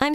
I'm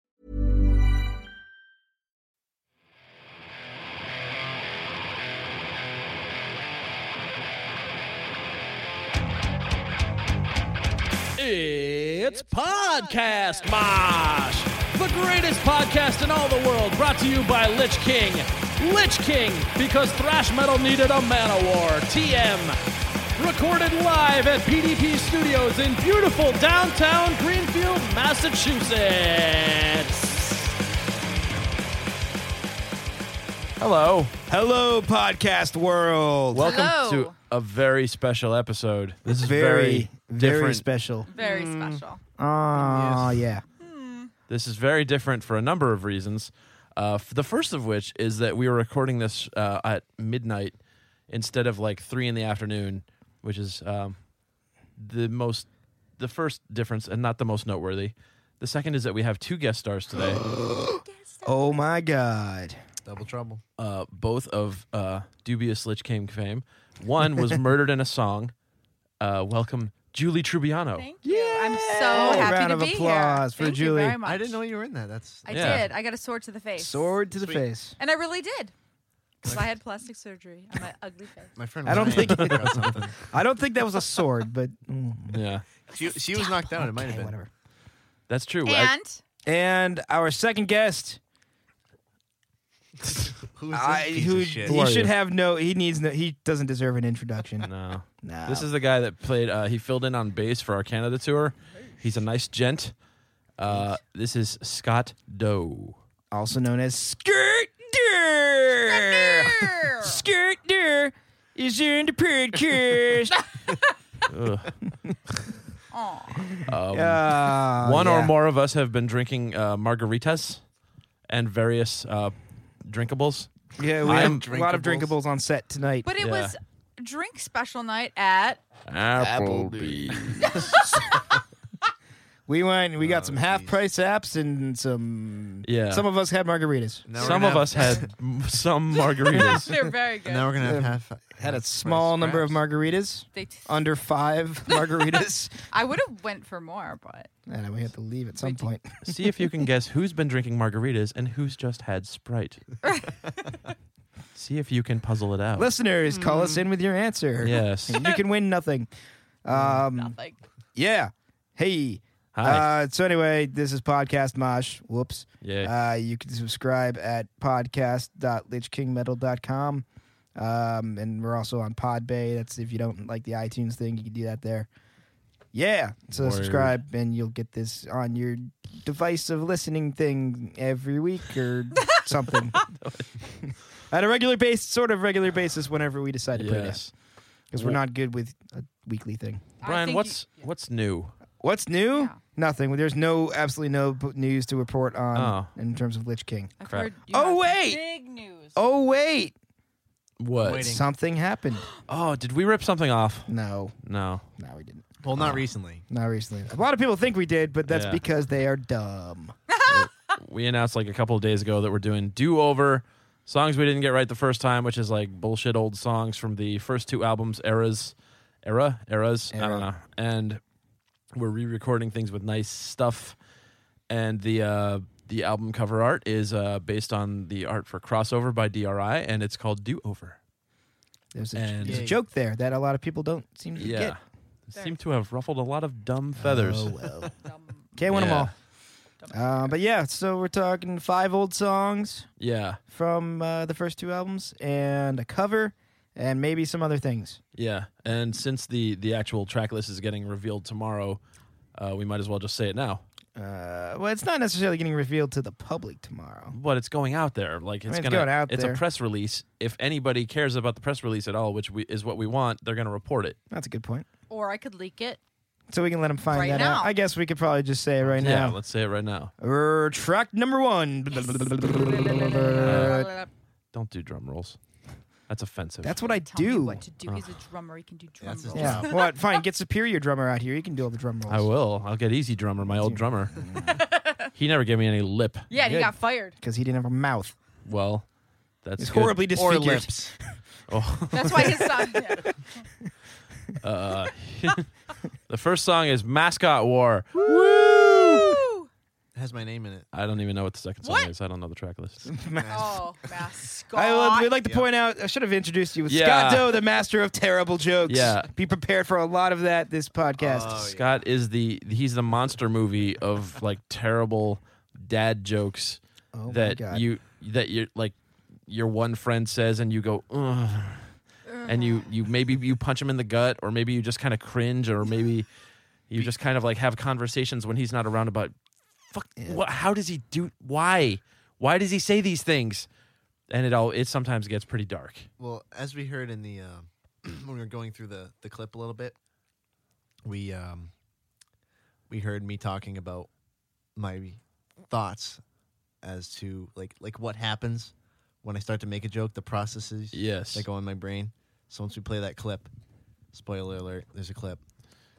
It's Podcast Mosh, the greatest podcast in all the world, brought to you by Lich King. Lich King, because thrash metal needed a manowar. TM, recorded live at PDP Studios in beautiful downtown Greenfield, Massachusetts. Hello. Hello, podcast world. Welcome Hello. to a very special episode. This is very, Very, very different. special. Very special. Oh, yeah. this is very different for a number of reasons. Uh, f- the first of which is that we were recording this uh, at midnight instead of like three in the afternoon, which is um, the most, the first difference and not the most noteworthy. The second is that we have two guest stars today, Oh, my God. uh, both of uh, dubious Lich King fame. One was murdered in a song. Uh, welcome, Julie Trubiano. Thank you. I'm so Oh, happy Oh, Round to of be applause here. for Thank Julie. You very much. I didn't know you were in that. That's I Yeah. did. I got a sword to the face. Sword to the face. And I really did. Because I had plastic surgery on my ugly face. my friend. I don't Ryan think- got something. I don't think that was a sword, but mm, Yeah, she, she was knocked out. It might have okay, been. whatever. that's true. I- And And our second guest, Who is this I, piece who of shit? he are should you? have no. He needs no. He doesn't deserve an introduction. No. No. This is the guy that played, uh, he filled in on bass for our Canada tour. He's a nice gent. Uh, this is Scott Doe. also known as Skirt Deer. Skirt Deer is there in the podcast. Ugh. Aw. Um, Uh, one or yeah. more of us have been drinking uh, margaritas and various uh, drinkables. Yeah, we I have am a lot of drinkables. drinkables on set tonight. But it Yeah. was drink special night at Applebee's. We went. We got some half price apps and some. Oh, Yeah. Some of us had margaritas. Now we're Some gonna of have- us had m- some margaritas. They're very good. Now we're gonna have half, Had a small number of margaritas. They t- Under five margaritas. I would have went for more, but and we have to leave at some point. See if you can guess who's been drinking margaritas and who's just had Sprite. See if you can puzzle it out. Listeners, call us in with your answer. Yes. You can win nothing. Um, nothing. yeah. Hey. Hi. Uh, so anyway, this is Podcast Mosh. Whoops. Yeah. Uh, you can subscribe at podcast.lichkingmetal.com. Um, and we're also on Podbay. That's if you don't like the iTunes thing, you can do that there. Yeah. So Word. subscribe and you'll get this on your device of listening thing every week or something. At a regular basis, sort of regular basis, whenever we decide to put it out. yes. Because we're not good with a weekly thing. I Brian, think what's what's new? What's new? Yeah. Nothing. There's no absolutely no b- news to report on Oh. in terms of Lich King. You, I've crap. heard you Oh, have some wait. Big news. Oh wait, What? Waiting. something happened. Oh, did we rip something off? No, No. no, we didn't. Well, not recently. Not recently. A lot of people think we did, but that's Yeah. because they are dumb. We announced like a couple of days ago that we're doing do over songs we didn't get right the first time, which is like bullshit old songs from the first two albums eras, era eras. I don't know. And we're re-recording things with nice stuff. And the uh, the album cover art is uh, based on the art for Crossover by DRI, and it's called Do Over. There's a, And- there's a joke there that a lot of people don't seem to Yeah. get. It seemed to have ruffled a lot of dumb feathers. Oh well, Dumb- can't win Yeah. them all. Uh, but yeah, so we're talking five old songs Yeah. from uh, the first two albums and a cover and maybe some other things. Yeah, and since the the actual track list is getting revealed tomorrow, uh, we might as well just say it now. Uh, well, it's not necessarily getting revealed to the public tomorrow. But it's going out there, like it's, it's gonna. going out it's there. a press release. If anybody cares about the press release at all, which we, is what we want, they're gonna report it. That's a good point. Or I could leak it. so we can let them find Right that now. out. I guess we could probably just say it right Yeah, now. let's say it right now. Er, track number one. Don't do drum rolls. That's offensive. That's what I Tell me do. what to do. He's a drummer. He can do drum That's his rolls. job. Yeah. what? Fine. Get superior drummer out here. You can do all the drum rolls. I will. I'll get Easy Drummer, my old drummer. he never gave me any lip. Yeah, and he got fired. Because he didn't have a mouth. Well, that's He's good. horribly or disfigured. lips. That's why his son. Yeah. Uh, the first song is Mascot War. Woo! It has my name in it. I don't even know what the second song What? is. I don't know the track list. Oh, mascot. I would, we'd like to point out, I should have introduced you with Yeah. Scott Doe, the master of terrible jokes. Yeah. Uh, Be prepared for a lot of that this podcast. Scott is the he's the monster movie of like terrible dad jokes Oh, that my God. you that you like your one friend says and you go Ugh. and you you maybe you punch him in the gut or maybe you just kind of cringe or maybe you just kind of like have conversations when he's not around about fuck what, how does he do why why does he say these things and it all it sometimes gets pretty dark Well, as we heard in the um, when we were going through the the clip a little bit, we um we heard me talking about my thoughts as to like like what happens when I start to make a joke, the processes Yes. that go in my brain. So once we play that clip, spoiler alert, there's a clip,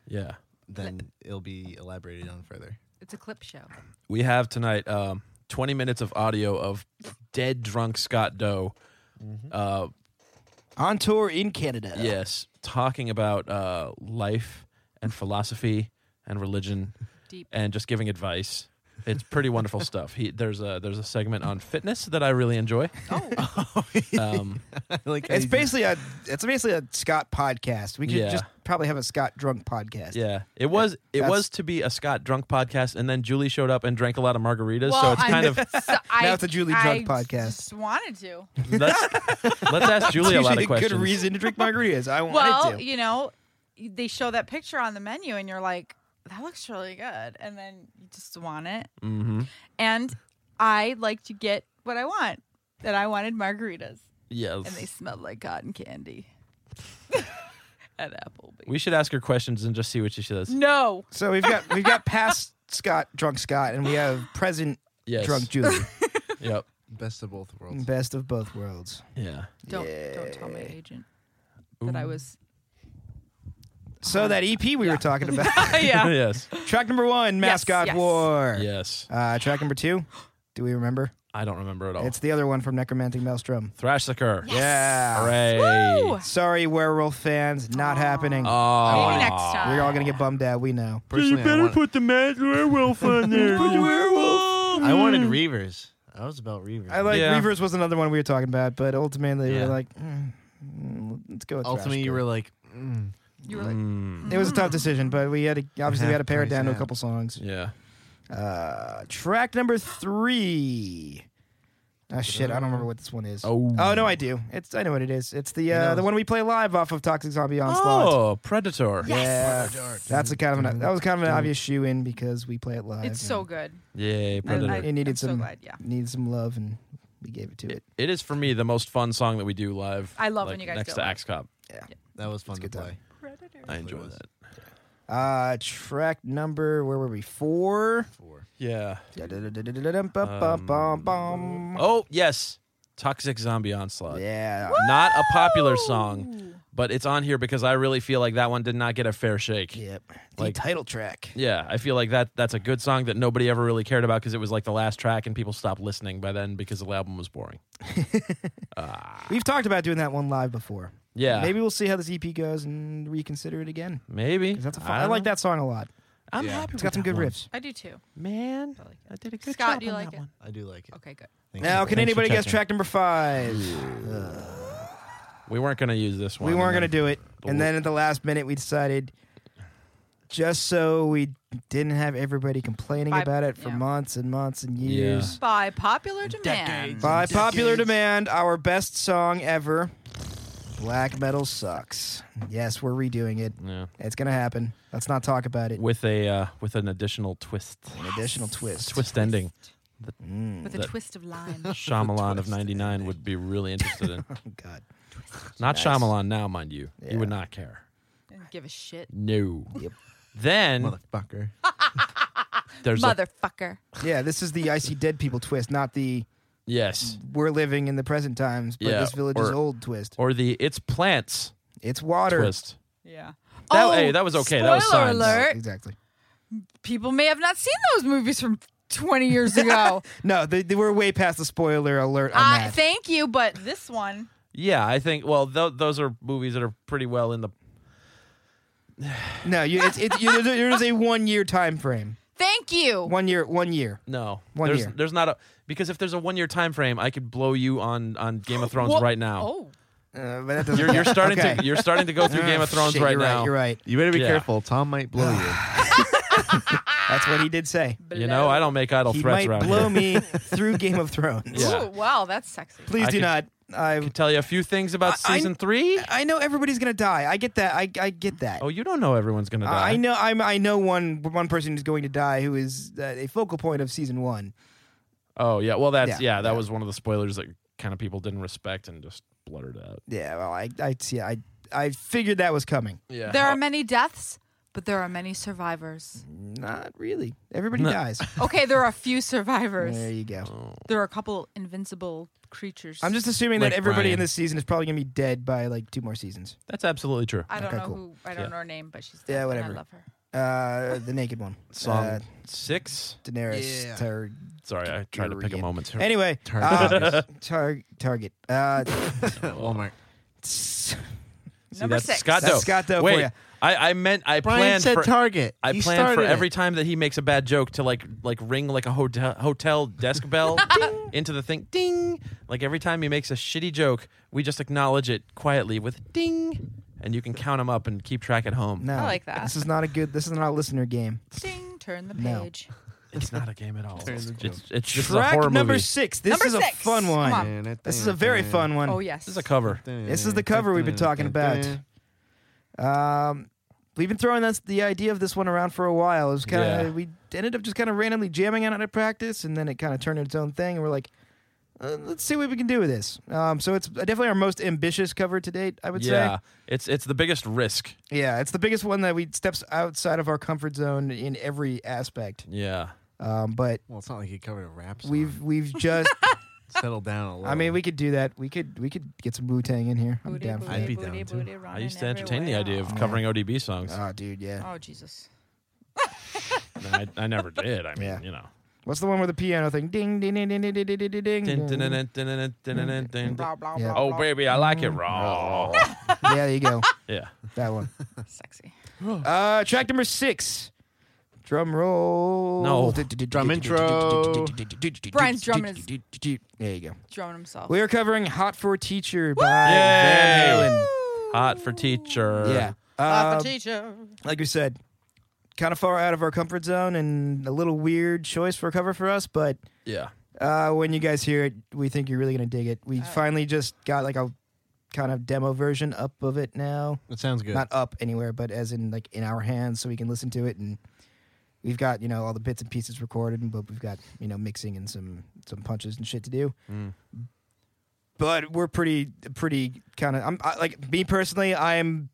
yeah then it'll be elaborated on further. It's a clip show. we have tonight um, 20 minutes of audio of dead drunk Scott Doe. Mm-hmm. Uh, On tour in Canada. yes, talking about uh, life and philosophy and religion Deep. and just giving advice. It's pretty wonderful stuff. He, there's a there's a segment on fitness that I really enjoy. Um, like It's I- basically a it's basically a Scott podcast. We could Yeah. just probably have a Scott drunk podcast. yeah, it was it That's- was to be a Scott drunk podcast, and then Julie showed up and drank a lot of margaritas. so it's I'm- kind of So I, Now it's a Julie I Drunk podcast. Just wanted to. let's, let's ask Julie a lot Usually of questions. good reason to drink margaritas. I wanted Well, to. you know, they show that picture on the menu, and you're like, "That looks really good," and then you just want it. Mm-hmm. And I like to get what I want, and I wanted margaritas, Yes. and they smelled like cotton candy at Applebee's. we should ask her questions and just see what she says. no, So we've got we've got past Scott drunk Scott and we have present Yes. drunk Julie. Yep. best of both worlds. Best of both worlds. Yeah. don't don't tell my agent that I was. So that EP we were talking about. yeah, yes. track number one, Mascot yes. War. Yes. Uh, track number two. Do we remember? I don't remember at all. It's the other one from Necromantic Maelstrom. Thrashicker. Yeah. Hooray. Woo! Sorry, werewolf fans, not happening. Oh. maybe next time. You're all gonna get bummed out. We know. Personally, I, want, the mad werewolf on there. I wanted Reavers. I was about Reavers. I like Yeah. Reavers was another one we were talking about, but ultimately we Yeah. were like, mm, mm, let's go with Thrash Ultimately, you Girl. were like, You were like, Mm. It was a tough decision, but we had to obviously we had to pare it Half down to a price couple songs. Yeah. Uh, track number three. Ah shit, I don't remember what this one is. Oh. no, I do. It's I know what it is. It's the uh, knows? the one we play live off of Toxic Zombie Onslaught. Oh, Predator. Yeah. Yeah, that's a kind of an that was kind of an obvious shoe in because we play it live. it's so good. Yay, I, Predator. I- It needed I'm so some- glad. Yeah. needed some love and we gave it to it. it is for me the most fun song that we do live. I love when like, you guys next go to live. Axe Cop. that was fun to good time. play. I enjoy was. that. Uh, track number where were we? Four. Yeah. Um, Da-da-da-da-da-dum-bum-bum-bum. Oh yes, Toxic Zombie Onslaught. Yeah. Not a popular song, but it's on here because I really feel like that one did not get a fair shake. Yep. The Like- title track. Yeah, I feel like that that's a good song that nobody ever really cared about because it was like the last track and people stopped listening by then because the album was boring. We've talked about doing that one live before. Yeah, Maybe we'll see how this EP goes and reconsider it again. maybe. 'Cause That's a fun, I I, don't like know. that song a lot. I'm happy. It's with got some that good one. riffs. I do too. man. I like it. I did a good Scott, job do you on like that it? one. I do like it. Okay, good. Thanks Now, for can that. anybody guess checking. track number five? We weren't gonna use this one. we weren't going to and do it. the And then at the last minute, we decided just so we didn't have everybody complaining By- about it for yeah. months and months and years. By popular demand. By popular demand, our best song ever Black Metal Sucks. Yes, we're redoing it. then- Yeah. It's going to happen. Let's not talk about it. With a uh, with an additional twist, An additional twist. twist ending. With a That- twist of lime. Shyamalan of '99 would be really interested in. Oh, God. Not Shyamalan now, mind you. He would not care. and give a shit. No. Then Motherfucker. there's a, Motherfucker. Yeah, this is the I see dead people twist, not the yes, we're living in the present times, but Yeah, this village is or- old twist. or the it's plants It's water. twist. Yeah. That- hey, that was okay. That was Oh, spoiler signs. alert. Exactly. People may have not seen those movies from 20 years ago. No, they, they were way past the spoiler alert on I that. thank you, but this one, Yeah, I think. Well, th- those are movies that are pretty well in the. no, you, it's, it's, you, there's a one year time frame. thank you. One year. One year. No, One there's year. there's not a because if there's a one year time frame, I could blow you on on Game of Thrones Wha- right now. Oh, Uh, but that doesn't You're, you're count. starting Okay. to you're starting to go through Ah, Game of Thrones shit, right you're now. You're right. You better be Yeah. careful. Tom might blow you. That's what he did say. You know, Oh, I don't make idle he threats might around blow here. me through Game of Thrones. Yeah. Ooh, wow, that's sexy. Please I do could- not. I Tell you a few things about I- I- season three. I know everybody's gonna die. I get that. I I get that. Oh, you don't know everyone's gonna die. I I know. I'm. I know one one person is going to die who is uh, a focal point of season one. Oh yeah, well that's Yeah, yeah, that yeah. was one of the spoilers that kind of people didn't respect and just blurted out. Yeah. Well, I I see. I I figured that was coming. Yeah, There are many deaths, but there are many survivors. Not really. Everybody No. Oh, dies. Okay, there are a few survivors. There you go. There are a couple invincible creatures. I'm just assuming Like that everybody Brian. in this season is probably gonna be dead by like two more seasons. that's absolutely true. I don't Okay, know cool. who. I don't know her name, but she's. Dead Yeah, and whatever. I love her. Uh, the naked one. Song Uh, six. Daenerys. Yeah. Tar- Sorry, I tried to pick a Tyrion. moment. here. Anyway, Target. uh, tar- target. Uh, Walmart. s- See, Number that's six. Scott That's Doe. Scott Doe for Wait, ya. I, I meant I Brian planned said for Target. I He planned for started every it. time that he makes a bad joke to like like ring like a hotel hotel desk bell into the thing. Ding. Like every time he makes a shitty joke, we just acknowledge it quietly with ding, and you can count them up and keep track at home. no, I like that. This is not a good. This is not a listener game. Ding, turn the No. page. It's not a game at all. It's, the it's, it's just Track a horror number movie. six. This Number is six. a fun one. Come on. This is a very fun one. Oh yes. This is a cover. This is the cover we've been talking about. Um, we've been throwing this, the idea of this one around for a while. It was kind of Yeah. we ended up just kind of randomly jamming on it at practice, and then it kind of turned into its own thing. And we're like, uh, let's see what we can do with this. Um, so it's definitely our most ambitious cover to date. I would Yeah, it's it's the biggest risk. say. Yeah, it's the biggest one that we steps outside of our comfort zone in every aspect. Yeah, Um, but Well, it's not like he covered a rap song. we've we've just. settled down a little. I mean, we could do that. We could we could get some Wu Tang in here. I'm Booty, down for booty, I'd that. be booty, down, too. booty running I used to entertain the everywhere. idea of covering ODB songs. Oh, dude, yeah. Oh Jesus. and I, I never did. I mean, Yeah. you know. What's the one with the piano thing? Ding, ding, ding, ding, ding, ding, ding, ding, ding, Dun, dun, dun, ding. dun, dun, dun, dun, dun, dun, dun, dun. Blah blah Yeah. blah. Oh blah. baby, I like it raw. Yeah, there you go. Yeah. That one. Sexy. Uh, track number six. Drum roll. No. Drum intro. Brian's drumming his There you go. drumming himself. We are covering "Hot for a Teacher" by Yay. Van Hot for teacher. Halen. Yeah. Off Uh, a teacher. like we said, kind of far out of our comfort zone and a little weird choice for a cover for us, but Yeah. Uh, when you guys hear it, we think you're really gonna dig it. Uh, We finally just got like a kind of demo version up of it now. It sounds good. Not up anywhere, but as in like in our hands, so we can listen to it. And we've got you know all the bits and pieces recorded, but we've got you know mixing and some some punches and shit to do. Mm. But we're pretty pretty kind of. I'm I, like me personally, I am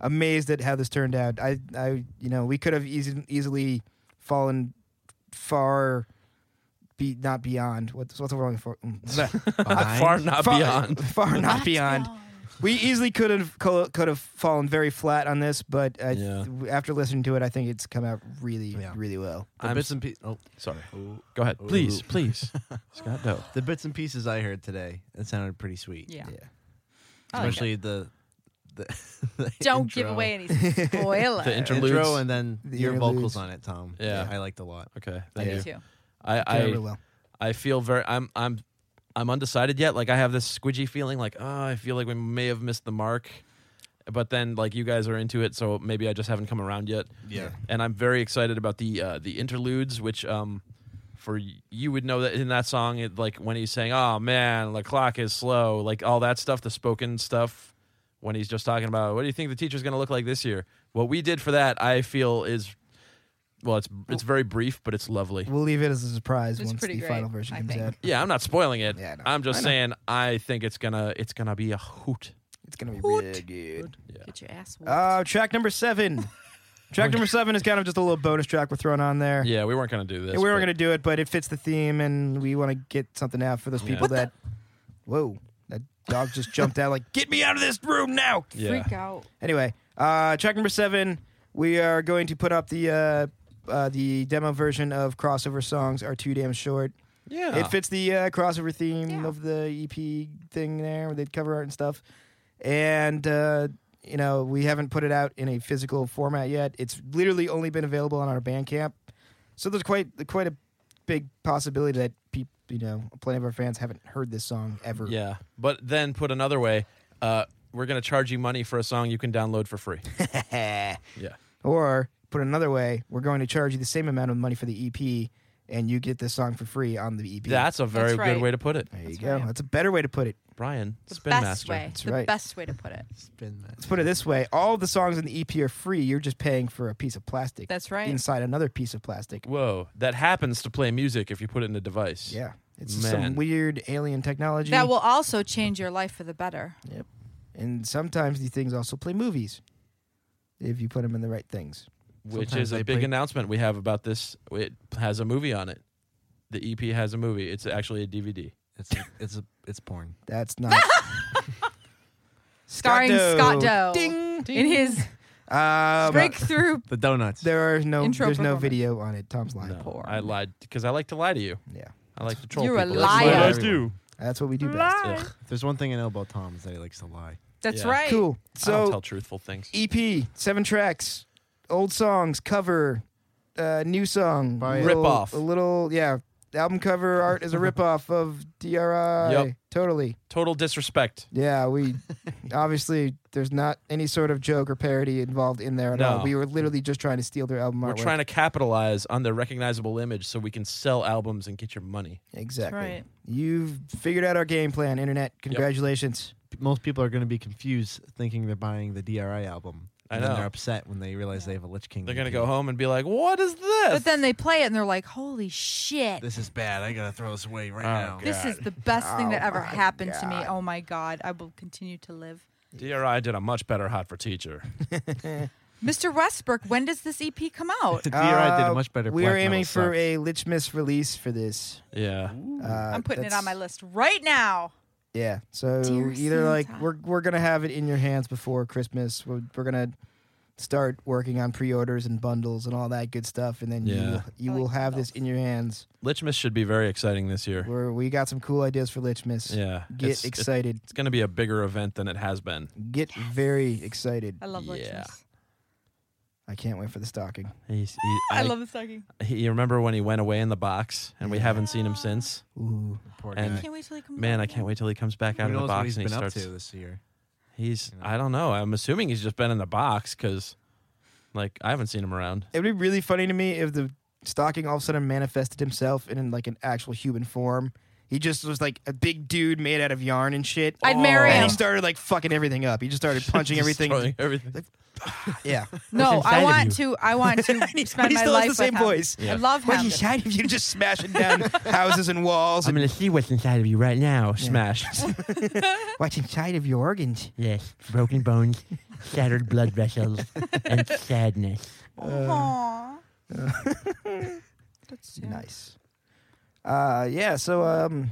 amazed at how this turned out. I I you know we could have easy, easily fallen far. Be not beyond what's what's the wrong for mm. Behind? Far not far, beyond. far not beyond we easily could have co- could have fallen very flat on this, but I, Yeah. th- after listening to it, I think it's come out really, Yeah. really well. The I'm bits s- and pieces. Oh, Sorry. Go ahead. Please, please. Scott Doe. the bits and pieces I heard today. It sounded pretty sweet. Yeah. Yeah. I like Especially the, the, the Don't give intro. away any spoilers. The intro- Interludes. intro and then The your interludes. vocals on it, Tom. Yeah. I liked a lot. Okay. Me Thank you. too. I Did it I, really well. I feel very I'm I'm I'm undecided yet. Like I have this squidgy feeling like, oh, I feel like we may have missed the mark. But then like you guys are into it, so maybe I just haven't come around yet. Yeah. and I'm very excited about the uh, the interludes, which um, for y- you would know that in that song, it, like when he's saying, "Oh man, the clock is slow," like all that stuff, the spoken stuff, when he's just talking about, "What do you think the teacher's going to look like this year?" What we did for that, I feel is, well, it's it's very brief, but it's lovely. We'll leave it as a surprise It's once the pretty great, final version I comes think. out. Yeah, I'm not spoiling it. Yeah, I know. I'm just I know. saying I think it's gonna it's gonna be a hoot. It's gonna be really good. Get your ass whooped. Uh, track number seven. Track number seven is kind of just a little bonus track we're throwing on there. Yeah, we weren't gonna do this. And we were but- going to do it, but it fits the theme, and we want to get something out for those people What the- that. Whoa, that dog just jumped out like, get me out of this room now. Yeah. Freak out. Anyway, uh, track number seven, we are going to put up the uh, uh, the demo version of crossover songs are too damn short. Yeah. It fits the uh, crossover theme Yeah. of the EP thing there with the cover art and stuff. And, uh, you know, we haven't put it out in a physical format yet. It's literally only been available on our Bandcamp. So there's quite quite a big possibility that peop you know, plenty of our fans haven't heard this song ever. Yeah, but then put another way, uh, we're gonna charge you money for a song you can download for free. yeah. Or put another way, we're going to charge you the same amount of money for the EP and you get this song for free on the EP. That's a very That's right. good way to put it, there you go. That's a better way to put it. Brian. The spin best master. way. That's the right. best way to put it. Spin that. Let's put it this way: all the songs in the EP are free. You're just paying for a piece of plastic. That's right. Inside another piece of plastic. Whoa, that happens to play music if you put it in a device. Yeah, it's Man. some weird alien technology. That will also change your life for the better. Yep. And sometimes these things also play movies, if you put them in the right things. which Sometimes is a they big play- announcement we have about this. It has a movie on it. The EP has a movie. It's actually a DVD. It's a, it's a, it's porn. That's not. Starring Scott Doe Ding. in his Um, breakthrough The donuts. there are no. Intro there's no performance. video on it. Tom's lying. No, I lied because I like to lie to you. Yeah, I like to troll You're a people. liar. That's what I Liar. do. that's what we do best. lie. Ugh, If there's one thing I know about Tom is that he likes to lie. That's Yeah. right. Cool. I don't So tell truthful things. EP, seven tracks, old songs, cover, uh, new song, Buy a it. little- Rip-off. A little, yeah. Album cover art is a ripoff of DRI. Yep. Totally. Total disrespect. Yeah, we obviously there's not any sort of joke or parody involved in there at No. all. We were literally just trying to steal their album We're artwork. trying to capitalize on their recognizable image so we can sell albums and get your money. exactly. Right. You've figured out our game plan, internet. Congratulations. P- Most people are going to be confused, thinking they're buying the DRI album. I and Then know. they're upset when they realize they have a Lich King. They're EP. gonna go "Oh, home and be like, "What is this?" But then they play it and they're like, holy shit. This is bad. I gotta throw this away right Oh, now. God. This is the best thing that Oh ever my happened to me. God. Oh my God. I will continue to live. DRI did a much better hot for teacher. Mr. Westbrook, when does this EP come out? The DRI did Uh, a much better. We Black are aiming Metal for Sucks. a Lich Miss release for this. Yeah, Uh, I'm putting it that's- on my list right now. Yeah. So Dear either like Santa. we're we're gonna have it in your hands before Christmas. We're, we're gonna start working on pre-orders and bundles and all that good stuff, and then Yeah. you you I like will have this in your hands. Litchmas should be very exciting this year. Where we got some cool ideas for Lichmas. Yeah, Get it's, it's- excited. It's gonna be a bigger event than it has been. Get very excited. I love Lich Yeah. Miss. I can't wait for the stocking. He's, he, I, love the stocking. He, you remember when he went away in the box, and we haven't seen him since. Ooh. Poor and- guy. I can't wait till he comes Man, I back. can't wait till he comes back out Who of the knows what box he's and been he up starts. to this year? He's. I don't know. I'm assuming he's just been in the box because, like, I haven't seen him around. It would be really funny to me if the stocking all of a sudden manifested himself in, in like an actual human form. He just was like a big dude made out of yarn and shit. I'd marry And him. he started like fucking everything up. He just started punching everything. Destroying everything. Yeah. No, What's inside I of want you? to. I want to But spend he my still life has the same with him. voice. Yeah. I love What him. inside of you? Just smashing down houses and walls. And gonna see what's inside of you right now. Smash. what's inside of your organs? Yes, broken bones, shattered blood vessels, and sadness. Aw. That's sad. Nice. Uh, yeah. So um,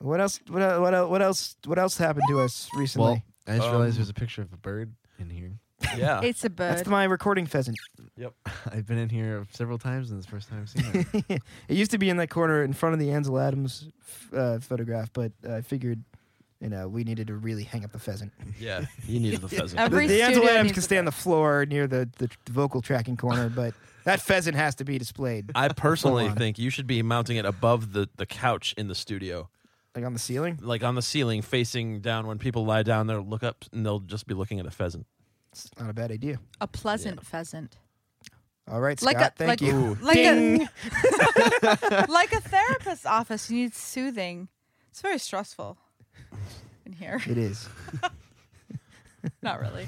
what else? What el- what el- what else? What else happened to us recently? Well, I just Um, realized there's a picture of a bird in here. yeah. It's a That's bird. my recording pheasant. I've been in here several times, and it's the first time I've seen it. it used to be in that corner in front of the Ansel Adams f- uh, photograph, but I figured, you know, we needed to really hang up the pheasant. Yeah. He needed the pheasant. The, Every the Ansel studio Adams needs can a stay on the floor near the, the vocal tracking corner, but that pheasant has to be displayed I personally Full on. think you should be mounting it above the, the couch in the studio, like on the ceiling. like on the ceiling, facing down. When people lie down, they'll look up and they'll just be looking at a pheasant. It's not a bad idea. a pleasant pheasant. All right, Scott. Like a- thank like- you. like a- Ding. like a therapist's office. You need soothing. It's very stressful in here. it is. Not really.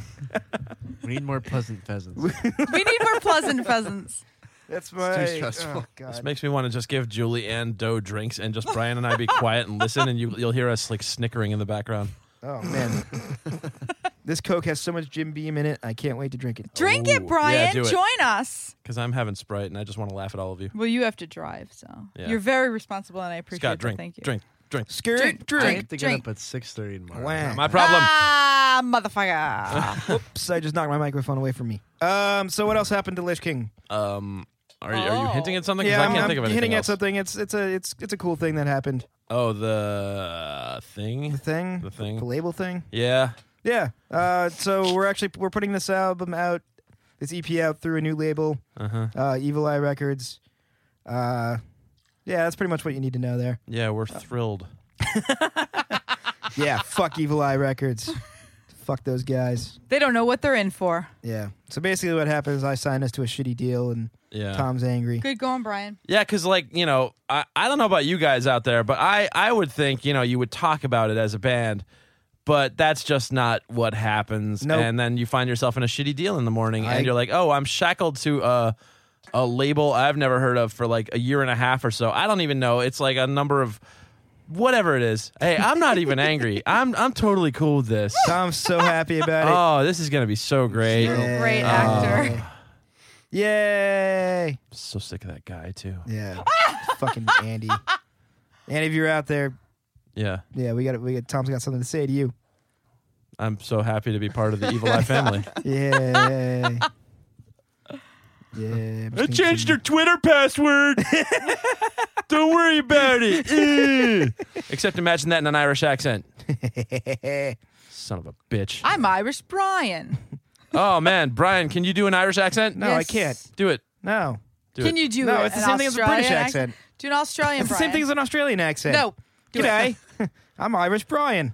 we need more pleasant pheasants. We need more pleasant pheasants. That's my. too stressful. oh, God. This makes me want to just give Julie and Doe drinks and just Brian and I be quiet and listen, and you, you'll hear us like snickering in the background. oh man. Oh, This Coke has so much Jim Beam in it. I can't wait to drink it. Oh, Drink Ooh. it, Brian. Yeah, do it. Join us. Because I'm having Sprite and I just want to laugh at all of you. Well, you have to drive, so Yeah. you're very responsible, and I appreciate Scott, that. drink, Thank you. drink, drink. Skirt, Drink, I drink. have to get drink. up at six thirty tomorrow. Wow. My problem. Ah, motherfucker. Oops, I just knocked my microphone away from me. Um, so what else happened to Lich King? Um, are you, are you Oh. hinting at something? 'Cause I I'm- can't I'm think of anything hinting else. at something. It's it's a it's it's a cool thing that happened. Oh, the uh, thing. The thing, The thing. the label thing. Yeah. Yeah. Uh, so we're actually we're putting this album out, this EP out through a new label, Uh-huh. uh, Evil Eye Records. Uh, yeah, that's pretty much what you need to know there. Yeah, we're thrilled. Yeah, fuck Evil Eye Records. fuck those guys. they don't know what they're in for. Yeah. So basically, what happened is I signed us to a shitty deal, and Yeah. Tom's angry. Good going, Brian. Yeah, because like you know, I, I don't know about you guys out there, but I I would think you know you would talk about it as a band, but that's just not what happens. Nope. And then you find yourself in a shitty deal in the morning, I- and you're like, oh, I'm shackled to a a label I've never heard of for like a year and a half or so. I don't even know. It's like a number of whatever it is. Hey, I'm not even angry. I'm I'm totally cool with this. Tom's so happy about Oh, this is gonna be so great. it. Yeah. Great Oh. actor. Yay! So sick of that guy too. Yeah. Fucking Andy. Andy, if you're out there, Yeah, yeah, we got we got Tom's got something to say to you. I'm so happy to be part of the Evil Eye family. Yeah. yeah. I changed your Twitter password. Don't worry about it. Eh. Except imagine that in an Irish accent. Son of a bitch. I'm Irish Brian. Oh man, Brian, can you do an Irish accent? No, I Yes. can't. Do it. No. Do Can it. you do No, it- it's the an same thing as a British Australian accent. Do an Australian It's the Brian. same thing as an Australian accent. No. Do it. G'day. I'm Irish Brian.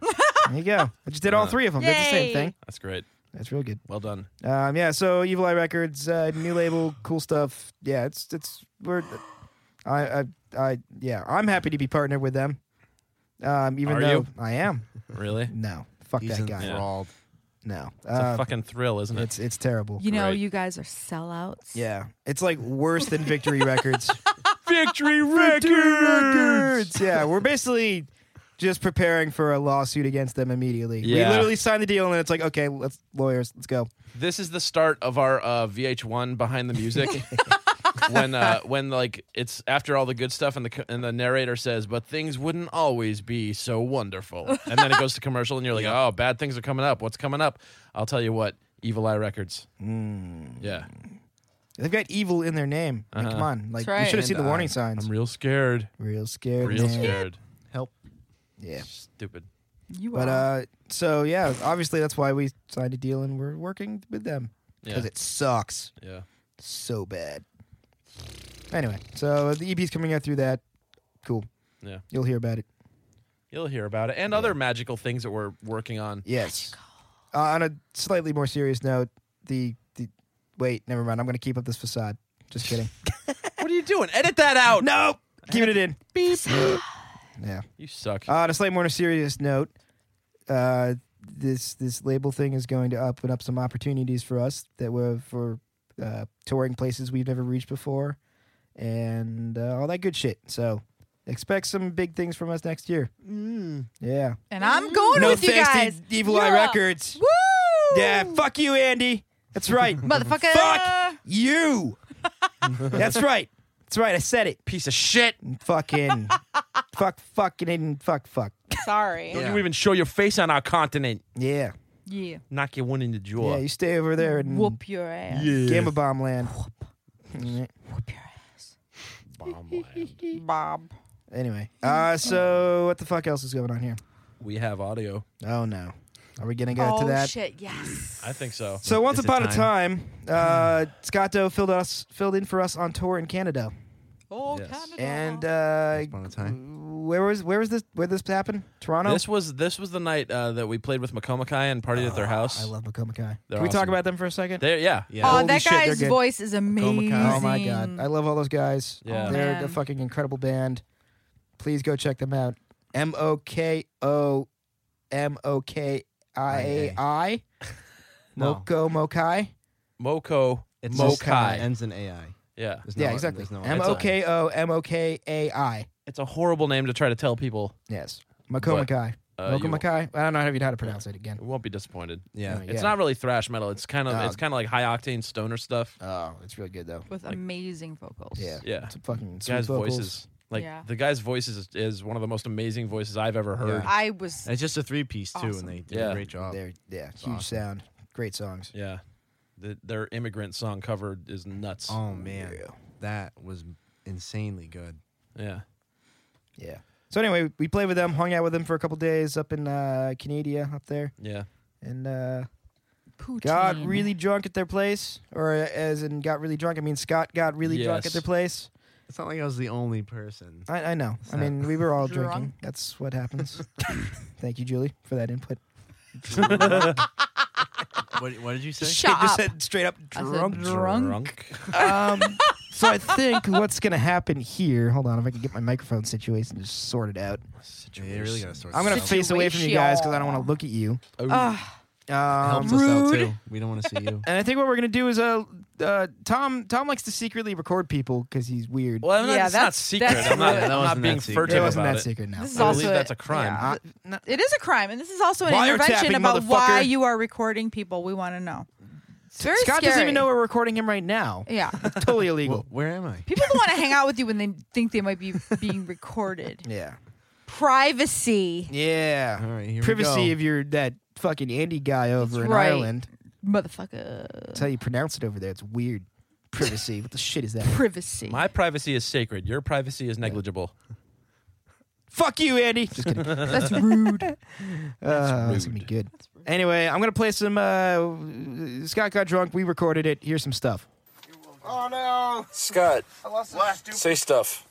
there you go. I just did all three of them. That's the same Yay. thing. That's great. That's real good. Well done. Um, yeah. So Evil Eye Records, uh, new label, cool stuff. Yeah. It's it's we're, I I I yeah. I'm happy to be partnered with them. Um, even Are though you? I am Really? no fuck He's that guy. enthralled. No. It's a Uh, fucking thrill, isn't it? it's it's terrible. You know, Great. you guys are sellouts. Yeah, it's like worse than Victory Records. Victory Records. Yeah, we're basically just preparing for a lawsuit against them immediately. Yeah. We literally signed the deal, and it's like, okay, let's lawyers, let's go. This is the start of our uh, VH1 behind the music. when uh, when like it's after all the good stuff and the co- and the narrator says, but things wouldn't always be so wonderful, and then it goes to commercial and you're like, oh, bad things are coming up. What's coming up? I'll tell you what, Evil Eye Records. Hmm. Yeah, They've got evil in their name. Like, come on, like That's right. you should have seen the And, uh, warning signs. Uh-huh. I'm real scared, real scared. real man. scared. Help. Yeah, Stupid. You but are. uh, so yeah, obviously that's why we signed a deal, and we're working with them Yeah, because it sucks yeah. so bad. Anyway, so the EP's coming out through that. Cool. Yeah. You'll hear about it. You'll hear about it and other magical things that we're working on. Yes. Uh, on a slightly more serious note, the the wait, never mind. I'm going to keep up this facade. Just kidding. what are you doing? Edit that out. no, keeping it in. yeah. You suck. Oh, Uh, on a slightly more serious note, uh, this this label thing is going to open up some opportunities for us that were for uh, touring places we've never reached before, and uh, all that good shit. So expect some big things from us next year. Yeah. and I'm going Oh, no Mm. with you thanks guys. to Evil Eye You're up. Records. Woo! Yeah, fuck you, Andy. That's right. Motherfucker. Fuck you. That's right. That's right. I said it. Piece of shit. Fucking. fuck, fucking, and fuck, fuck. Sorry. Don't you even show your face on our continent. Yeah. Yeah. Knock you one in the jaw. Yeah, you stay over there and Whoop your ass. Gamma Bomb Land. Whoop your ass. Bob. Anyway. Oh. Uh, so, what the fuck else is going on here? We have audio. Oh, no. Are we going to get oh to that? shit! Yes. I think so. So, once Is it upon a time, uh, Scott Doe filled, us, filled in for us on tour in Canada. Oh, Yes. Canada. And uh, Upon a time. where was where was this where this happened? Toronto. This was this was the night uh, that we played with McComakai and partied at their Ah, house. I love McComakai. Can They're we talk awesome. about them for a second? They- yeah. Yeah. Oh, Holy that shit, they're guy's good. voice is amazing. Oh my god, I love all those guys. Yeah. They're man. a fucking incredible band. Please go check them out. M O K O M O K I A I. No. Moko Mokai. Moko It's just Mokai. ends in AI. yeah. There's no- Yeah, exactly. there's no M O K O M O K A I. It's a horrible name to try to tell people. Yes. Moko Mokai. Uh, Welcome, you Mackay. I don't know how you- how to pronounce it again. won't be disappointed. Yeah. No, It's yeah. not really thrash metal. It's kind of Uh, it's kind of like high octane stoner stuff. Oh, it's really good though. with amazing vocals. Yeah. yeah, It's a fucking sweet guys' vocals. voices. Like Yeah. the guy's voices is, is one of the most amazing voices I've ever heard. I was And it's just a three piece too, Awesome. and they did Yeah. a great job. They're yeah, huge sound. Great songs. Yeah, the, their immigrant song cover is nuts. Um, Oh man, that was insanely good. Yeah, Yeah. So anyway, we played with them, hung out with them for a couple days up in uh, Canada, up there, yeah. and uh, poutine. got really drunk at their place. Or uh, as in, got really drunk. I mean, Scott got really drunk Yes. at their place. It's not like I was the only person. I, I know. I not- mean, we were all Drunk. drinking. That's what happens. Thank you, Julie, for that input. what, what did you say? shut Just up. said straight up I said, drunk. drunk. Um, so I think what's going to happen here. Hold on, if I can get my microphone situation just sorted out. Yeah, you really gotta sort. I'm going to this face away from you guys because I don't want to look at you. Oh. Uh, out. Um, helps us out too. We don't want to see you. and I think what we're going to do is uh, uh, Tom. Tom likes to secretly record people because he's weird. Well, I'm not, Yeah, it's not that's- secret. that's I'm not, really- I'm That not wasn't being that secret. furtive it wasn't about that it. secret now. Uh, This is I also believe that's a crime. yeah. no, Uh, It is a crime, and this is also an Wiretapping, intervention about why motherfucker. you are recording people. We want to know. It's very Scott doesn't scary. even know we're recording him right now. Yeah, totally illegal. Well, where am I? people don't want to hang out with you when they think they might be being recorded. yeah. Privacy, Yeah. All right, here we Privacy go. if you're that fucking Andy guy over in right. Ireland. motherfucker. That's how you pronounce it over there. It's weird. Privacy. what the shit is that? Privacy. My privacy is sacred. Your privacy is negligible. Fuck you, Andy. Just kidding. Uh, That's rude. That's gonna be good. Anyway, I'm gonna play some. Uh, Scott got drunk. We recorded it. Here's some stuff. Scott, say stuff.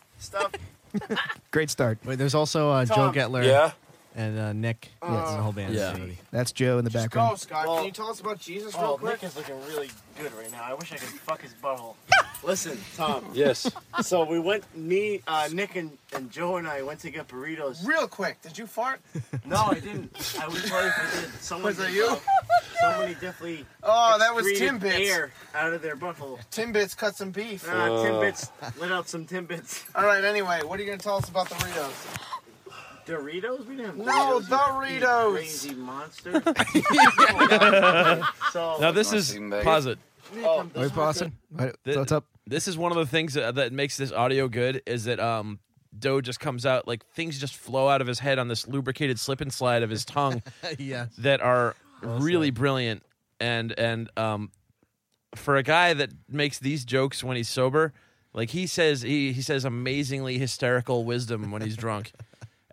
Great start. Wait, there's also uh, Joe Getler Yeah? and uh, Nick yes. and the whole band. Yeah. everybody. That's Joe in the background. Oh, Scott. Can you tell us about Jesus real quick? Oh, Nick is looking really good right now. I wish I could fuck his butthole. Listen, Tom. Yes. So we went, me, uh, Nick, and, and Joe and I went to get burritos. Real quick. Did you fart? No, I didn't. I would tell you if I did. Someone was it you? somebody definitely. Oh, that was Timbits. Air out of their butthole. Timbits cut some beef. Nah, Timbits lit out some Timbits. All right. Anyway, what are you gonna tell us about the Doritos? Doritos? We didn't have no Doritos. Crazy monster. so Now this is pause it. Are we pausing? What- Th- What's up? This is one of the things that, that makes this audio good is that um Doe just comes out like things just flow out of his head on this lubricated slip and slide of his tongue yeah. that are really brilliant and and um for a guy that makes these jokes when he's sober, like he says he he says amazingly hysterical wisdom when he's drunk.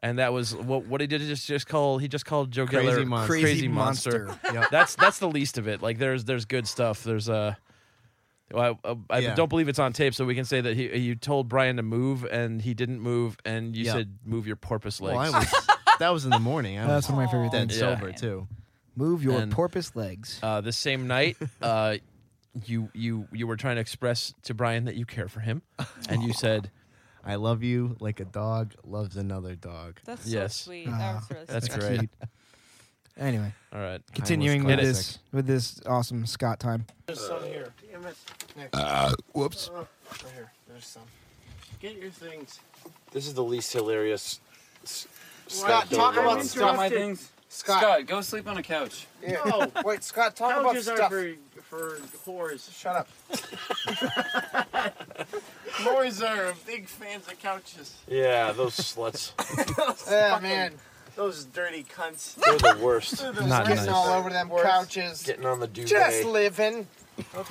And that was what what he did is just just call he just called Joe Crazy Geller monster. crazy, monster. Yep. That's that's the least of it. Like there's there's good stuff. There's uh, well, I, uh, I Yeah. don't believe it's on tape, so we can say that he you told Brian to move and he didn't move, and you Yeah. said move your porpoise legs. Well, I was. That was in the morning. I was That's one of my favorite dead things. Yeah. sober too. Move your And- porpoise legs. uh, the same night, uh, you you you were trying to express to Brian that you care for him, and you said I love you like a dog loves another dog. That's so Yes. sweet. That was really that's great. Anyway, All right, continuing was with this with this awesome Scott time. There's some here. Damn it. Nick. Oh, Whoops. Right here. There's some. Get your things. This is the least hilarious. Scott, talk about stuff. my things. Scott. go sleep on a couch. No, wait, Scott, talk about stuff. for whores. Shut up. Boys are big fans of couches. Yeah, those sluts. Yeah, man. Those dirty cunts. They're the worst. Not nice. over them couches. Getting on the duvet. Just living.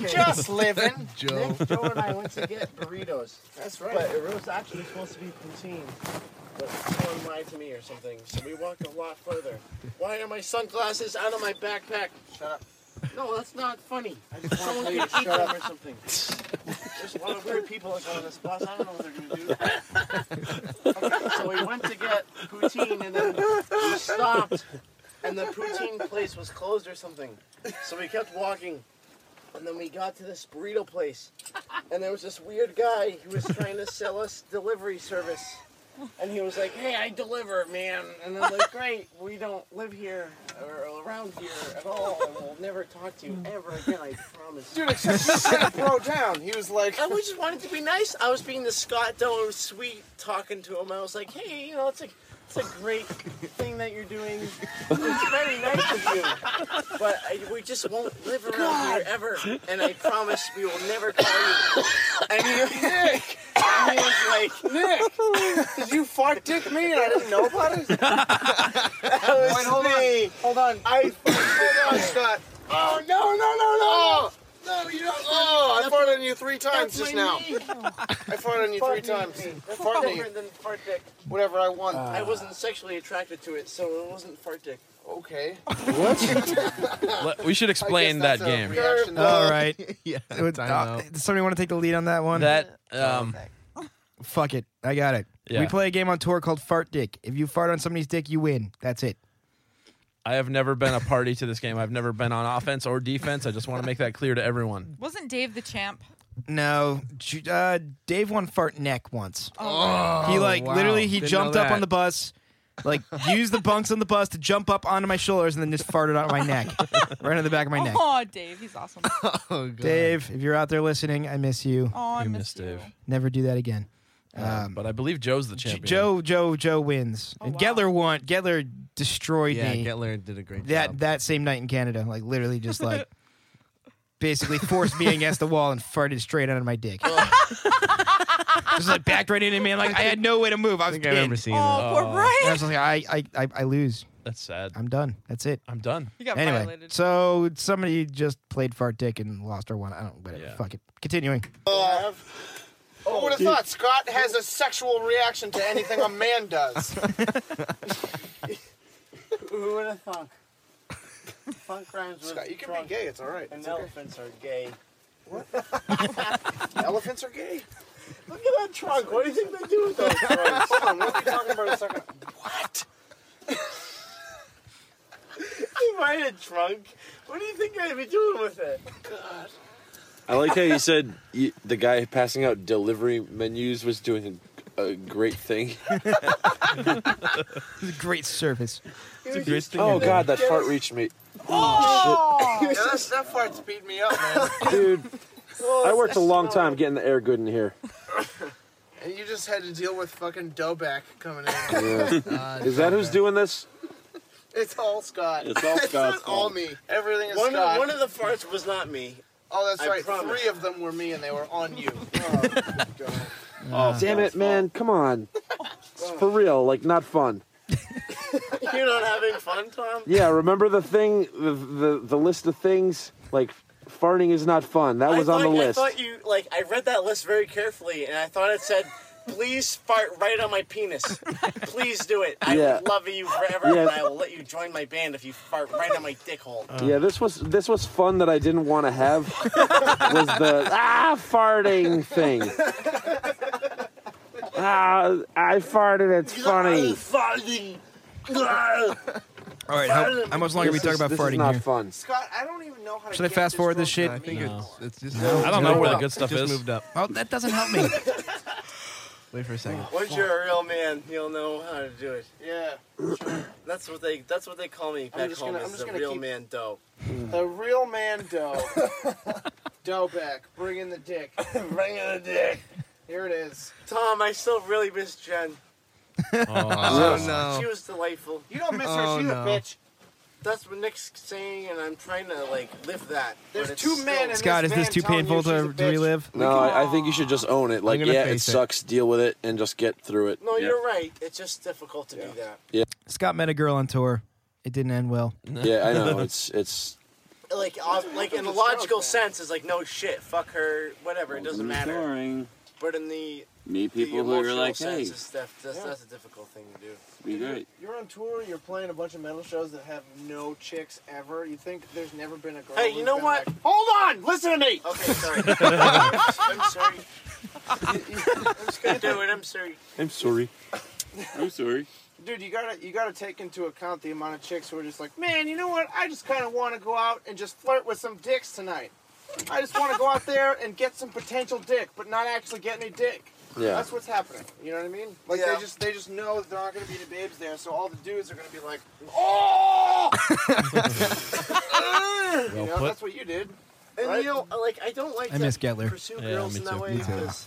Just living. Joe. Nick, Joe and I went to get burritos. That's right. But it was actually supposed to be poutine. But oh someone lied to me or something. So we walked a lot further. Why are my sunglasses out of my backpack? Shut up. No, that's not funny. I just want to shut up or something. There's a lot of weird people that go on this bus. I don't know what they're gonna do. so we went to get poutine and then we stopped, and the poutine place was closed or something. So we kept walking, and then we got to this burrito place, and there was this weird guy who was trying to sell us delivery service. And he was like, "Hey, I deliver, man." And I'm like, "Great, we don't live here. or around here at all, and we'll never talk to you ever again. I promise. Dude, except set bro down. He was like, and we just wanted to be nice. I was being the Scott Doe sweet, talking to him. I was like, hey, you know, it's a, it's a great thing that you're doing. It's very nice of you, but I, we just won't live around here ever. And I promise we will never call you. And he, Nick, and he was like, Nick, did you fart dick me? And I didn't know about it. That was hold me. Hold on. I hold on, Scott. Oh no no no no! Oh, no, you don't. Oh, I farted on you three times just now. I farted on you three times. Fart me. than fart dick. Whatever I want. I wasn't sexually attracted to it, so it wasn't fart dick. Okay. Le- we should explain that game. All right. yeah. It would- time uh, out. does somebody want to take the lead on that one? That Oh, um, Fuck it. I got it. Yeah. We play a game on tour called Fart Dick. If you fart on somebody's dick, you win. That's it. I have never been a party to this game. I've never been on offense or defense. I just want to make that clear to everyone. Wasn't Dave the champ? No, Ju- uh, Dave won fart neck once. he like literally he Oh, Didn't jumped know up on that. the bus, like used the bunks on the bus to jump up onto my shoulders and then just farted out my neck, right on the back of my neck. Oh, Dave, he's awesome. Oh, Oh, God. Dave, if you're out there listening, I miss you. Oh. I We miss missed Dave. you. Never do that again. Um, But I believe Joe's the J- champion. Joe, Joe, Joe wins. and wow. Gettler won. Gettler destroyed Oh, Yeah, me Getler did a great that job. that same night in Canada. Like literally, just like basically forced me against the wall and farted straight out of my dick. just like backed right into me. And like I had no way to move. I I was think I remember pinned. seeing Oh, that. poor And I Brian. was like, I, I, I, I lose. That's sad. I'm, I'm done. That's it. done. You got Anyway, violated. so somebody just played fart dick and lost or won. I don't. Whatever. Yeah. Fuck it. Continuing. Who would have thought Scott has a sexual reaction to anything a man does? Who would have thunk? Funk rhymes with Scott, you can be drunk, gay. It's all right. And It's okay. elephants are gay. Elephants are gay. Look at that trunk. What do you think they do with those trunks? Hold on, what are we talking about a second? What? you mind a trunk? What do you think I'd be doing with it? I liked how you said you, the guy passing out delivery menus was doing a, a great thing. This is a great service. It's a great thing. Oh god, that fart reached me. Oh, Yeah, that, that fart speed me up, man. Oh, Dude, I worked a long time getting the air good in here. And you just had to deal with fucking Doback coming in. Yeah. Uh, Is that who's doing this? It's all Scott. It's all It's not Scott's all fault. me. Everything is One Scott. of, one of the farts was not me. oh, that's I right. promise. Three of them were me, and they were on you. Oh, God. Oh, damn it, man! Come on, It's for real, like not fun. You're not having fun, Tom? Yeah, remember the thing, the the, the list of things like farting is not fun. That was I on the thought- list. I thought you like I read that list very carefully, and I thought it said, "Please fart right on my penis. Please do it. I Yeah. will love you forever, Yeah. and I will let you join my band if you fart right on my dick hole." Yeah, this was this was fun that I didn't want to have was the ah farting thing. Ah, I farted. It's funny. Farting. All right. How, how much longer are we This talking is- about this farting is not here? fun. Scott, I don't even know how to. Should I get fast forward this drunk shit? I on think me. it's, it's just. I don't know where the good stuff just is. moved up. Oh, that doesn't help me. Wait for a second. Once you're a real man, you'll know how to do it. Yeah. That's what they. That's what they call me back just home. gonna- I'm is just the gonna real keep- man dough. The real man dough. dough back. Bring in the dick. Ring of the dick. Here it is. Tom, I still really miss Jen. Oh no. She was delightful. You don't miss Oh, her. She's no. a bitch. That's what Nick's saying, and I'm trying to like live that. There's but it's two still- men in Scott, is this this van too telling painful you she's a to bitch. relive? No, I, I think you should just own it. Like, gonna yeah, it face it. sucks. Deal with it and just get through it. No, Yeah. you're right. It's just difficult to do that. Scott met a girl on tour. It didn't end well. Yeah, I know. It's it's Like, uh, like in a logical sense, it's like no shit, fuck her, whatever. It doesn't matter. Boring. But in the Meet the people who are emotional like, hey, sense, it's def- that's, that's a difficult thing to do. be great. You're on tour. You're playing a bunch of metal shows that have no chicks ever. You think there's never been a girl? Hey, who's you know been what? like, Hold on, listen to me. Okay, sorry. I'm sorry. I'm just gonna do it. I'm sorry. I'm sorry. I'm sorry. dude, you gotta you gotta take into account the amount of chicks who are just like, man, you know what? I just kind of want to go out and just flirt with some dicks tonight. I just want to go out there and get some potential dick, but not actually get any dick. Yeah. That's what's happening. You know what I mean? Like Yeah. they just they just know that there aren't gonna be any babes there, so all the dudes are gonna be like, oh. you Well know, put. that's what you did. And right? you know, like I don't like I to miss Gettler. pursue Yeah, girls me in that too. way Me too. because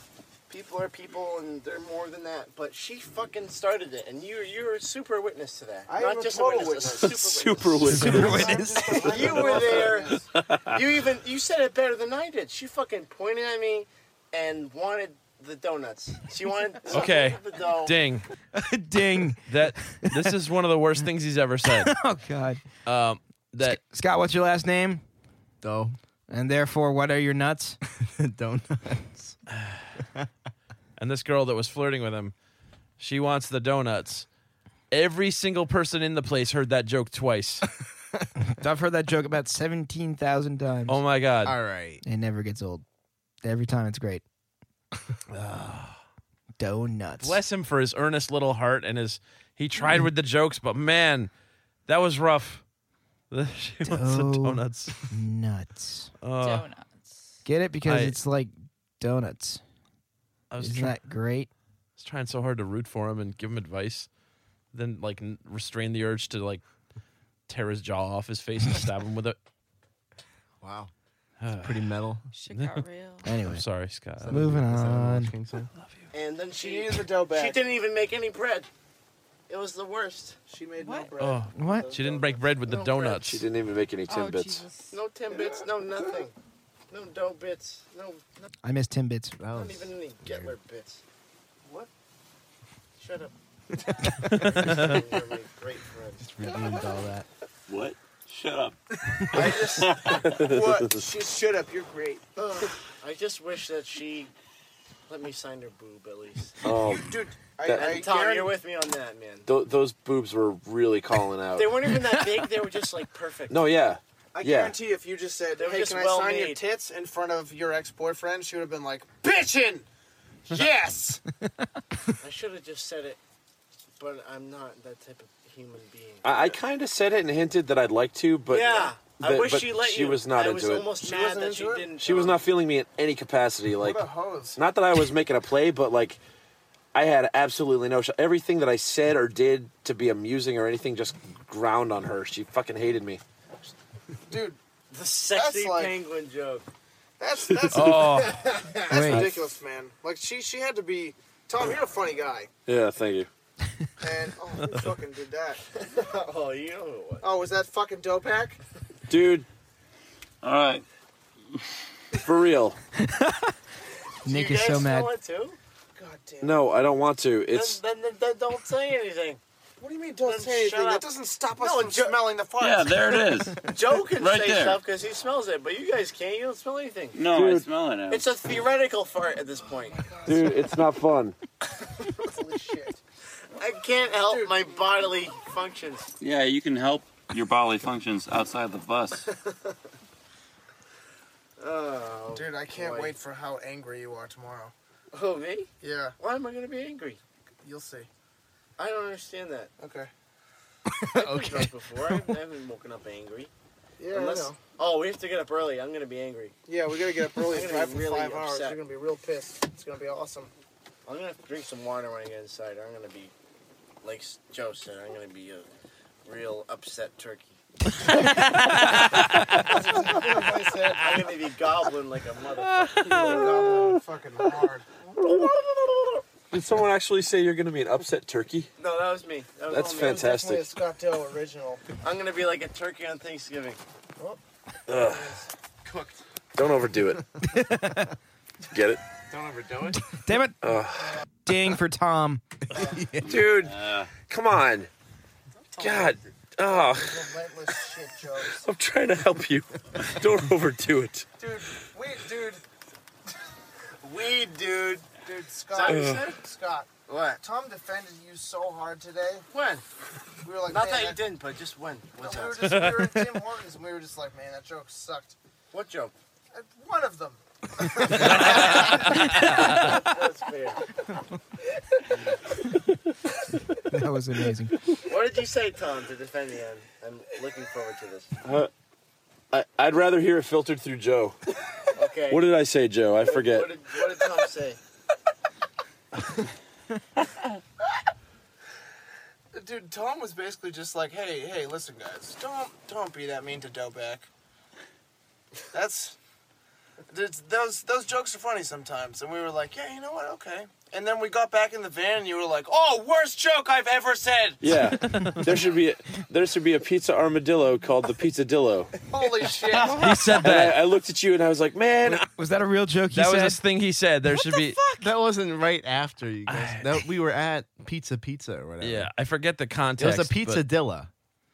people are people and they're more than that. But she fucking started it, and you you're a super witness to that. I Not am a just total a witness, witness. a super Super witness. witness. Super witness. you were there. You even you said it better than I did. She fucking pointed at me and wanted the donuts. She wanted some Okay. of the dough. Ding. Ding. That this is one of the worst things he's ever said. Oh God. Um, that Scott, what's your last name? Dough. And therefore, what are your nuts? Donuts. and this girl that was flirting with him, she wants the donuts. Every single person in the place heard that joke twice. I've heard that joke about seventeen thousand times. Oh my god. All right. It never gets old. Every time it's great. Donuts. Bless him for his earnest little heart and his he tried with the jokes, but man, that was rough. she wants the Dough. donuts. Nuts. Uh, Donuts. Get it because I- it's like donuts. I was Isn't trying that great? was trying so hard to root for him and give him advice, then like n- restrain the urge to like tear his jaw off his face and stab him with it. Wow. It's pretty metal. Shit got real. Anyway, I'm sorry, Scott. moving Is that a Lord on. King song? And then She she needs a dough she back. didn't even make any bread. It was the worst. She made no What? bread. Oh, What? she didn't break bread with the No, Fred, donuts. She didn't even make any Oh tidbits. Jesus. No timbits, no nothing. No dough bits. No, no I miss Timbits. That not was even any Gettler bits. What? Shut up. You're my great friend. redeemed all that. What? Shut up. I just what? She shut up. You're great. Ugh, I just wish that she let me sign her boob at least. Um, Dude, I, That- I And Tom, guarantee- you're with me on that, man. th- those boobs were really calling out. They weren't even that big. They were just like perfect. no, yeah. I Yeah. guarantee if you just said, They were "Hey, just can I well sign your made. tits in front of your ex-boyfriend?" She would have been like, "Bitchin', yes." I should have just said it, but I'm not that type of human being. I, I kind of said it and hinted that I'd like to, but yeah, I that- wish but she let She you. was not I into was it. almost She mad wasn't that she into it? didn't. she was Tom. not feeling me in any capacity. Like, what a hose. not that I was making a play, but like, I had absolutely no shot. Everything that I said or did to be amusing or anything just ground on her. She fucking hated me. Dude, the sexy That's like- penguin joke. that's that's, Oh, that's Wait. ridiculous, man. Like she she had to be. Tom, you're a funny guy, Yeah, thank you. and oh, who fucking did that? Oh, you know who it was. Oh, was that fucking Dopak? Dude, All right. for real. Nick you is guys so mad. Know it too? God damn. No, I don't want to. It's Then, then, then don't say anything. What do you mean? Don't Then say shut anything. That up. doesn't stop us No, from Jo- smelling the farts. Yeah, there it is. Joe can Right say there. stuff because he smells it, but you guys can't. You don't smell anything. No, I Dude. smell it now. It's a theoretical fart at this point. dude, it's not fun. Oh Holy shit. I can't help my bodily functions. yeah, you can help your bodily functions outside the bus. Oh, Dude, I can't boy. wait for how angry you are tomorrow. Who me? Yeah, Why am I gonna be angry? you'll see. I don't understand that. Okay. I've been drunk before. I haven't- I haven't woken up angry. Yeah, Unless- I know. Oh, we have to get up early. I'm gonna be angry. Yeah, we gotta get up early I'm and gonna drive be for really five hours. upset. You're gonna be real pissed. It's gonna be awesome. I'm gonna have to drink some water when I get inside. Or I'm gonna be, like Joe said, I'm gonna be a real upset turkey. I said, I'm gonna be gobbling like a motherfucker. you were fucking hard. Did someone actually say you're going to be an upset turkey? No, that was me. That was That's all me. fantastic. Definitely a Scottdale original. I'm gonna be like a turkey on Thanksgiving. Cooked. Don't overdo it. Get it? Don't overdo it. Damn it. Ding for Tom. Dude, come on. God. Oh, Relentless shit jokes. I'm trying to help you. Don't overdo it. Dude, weed, dude. weed, dude. Dude, Scott. Is that what you Scott. What? Tom defended you so hard today. When? We were like, Not man, that you that- didn't, but just when. What No, we were joke? just we were at Tim Hortons and we were just like, man, that joke sucked. What joke? Uh, One of them. That's fair. That was amazing. What did you say, Tom, to defend me on? I'm looking forward to this. I, I'd rather hear it filtered through Joe. Okay. What did I say, Joe? I forget. What did, what did Tom say? Dude, Tom was basically just like, "Hey, hey, listen, guys, don't don't be that mean to Doback. That's there's- those those jokes are funny sometimes." And we were like, "Yeah, you know what? Okay." And then we got back in the van, and you were like, "Oh, worst joke I've ever said." Yeah, there should be a, there should be a pizza armadillo called the Pizza Dillo. Holy shit! He said that. I, I looked at you and I was like, man, was that a real joke? that was this thing he said. There should be. That wasn't right after you guys. that, we were at Pizza Pizza or whatever. Yeah, I forget the It was context. a pizza but dilla.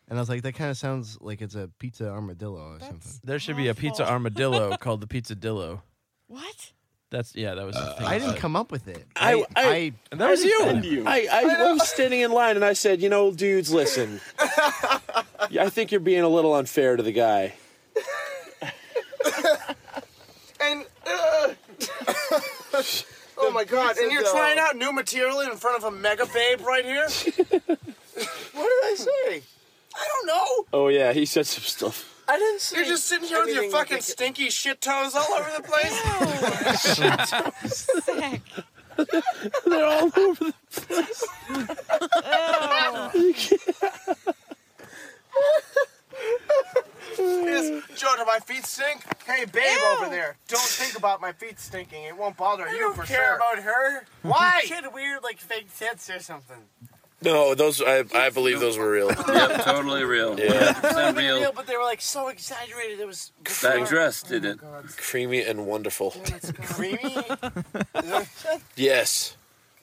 And I was like, that kind of sounds like it's a pizza armadillo or something. There should be a pizza armadillo called the Pizza Dillo. What? That's yeah. That was. Uh, the thing I he didn't Uh, said. come up with it. I, I, that was you. I, I, was standing in line and I said, you know, dudes, listen. Yeah, I think you're being a little unfair to the guy. And uh, oh my god! And you're trying out new material in front of a mega babe right here. what did I say? I don't know. Oh yeah, he said some stuff. I didn't say. You're just sitting here with your anything fucking ridiculous. stinky shit toes all over the place. They're all over the place. You Yes, Joe, do my feet stink? Hey, babe over there, don't think about my feet stinking. It won't bother you don't for care sure. about her. Why? She had a weird, like, fake tits or something. No, those I, I believe those were real. Yep, totally real. Yeah. 100% real. but they were like so exaggerated. It was That dress did it. Creamy and wonderful. creamy. Yes.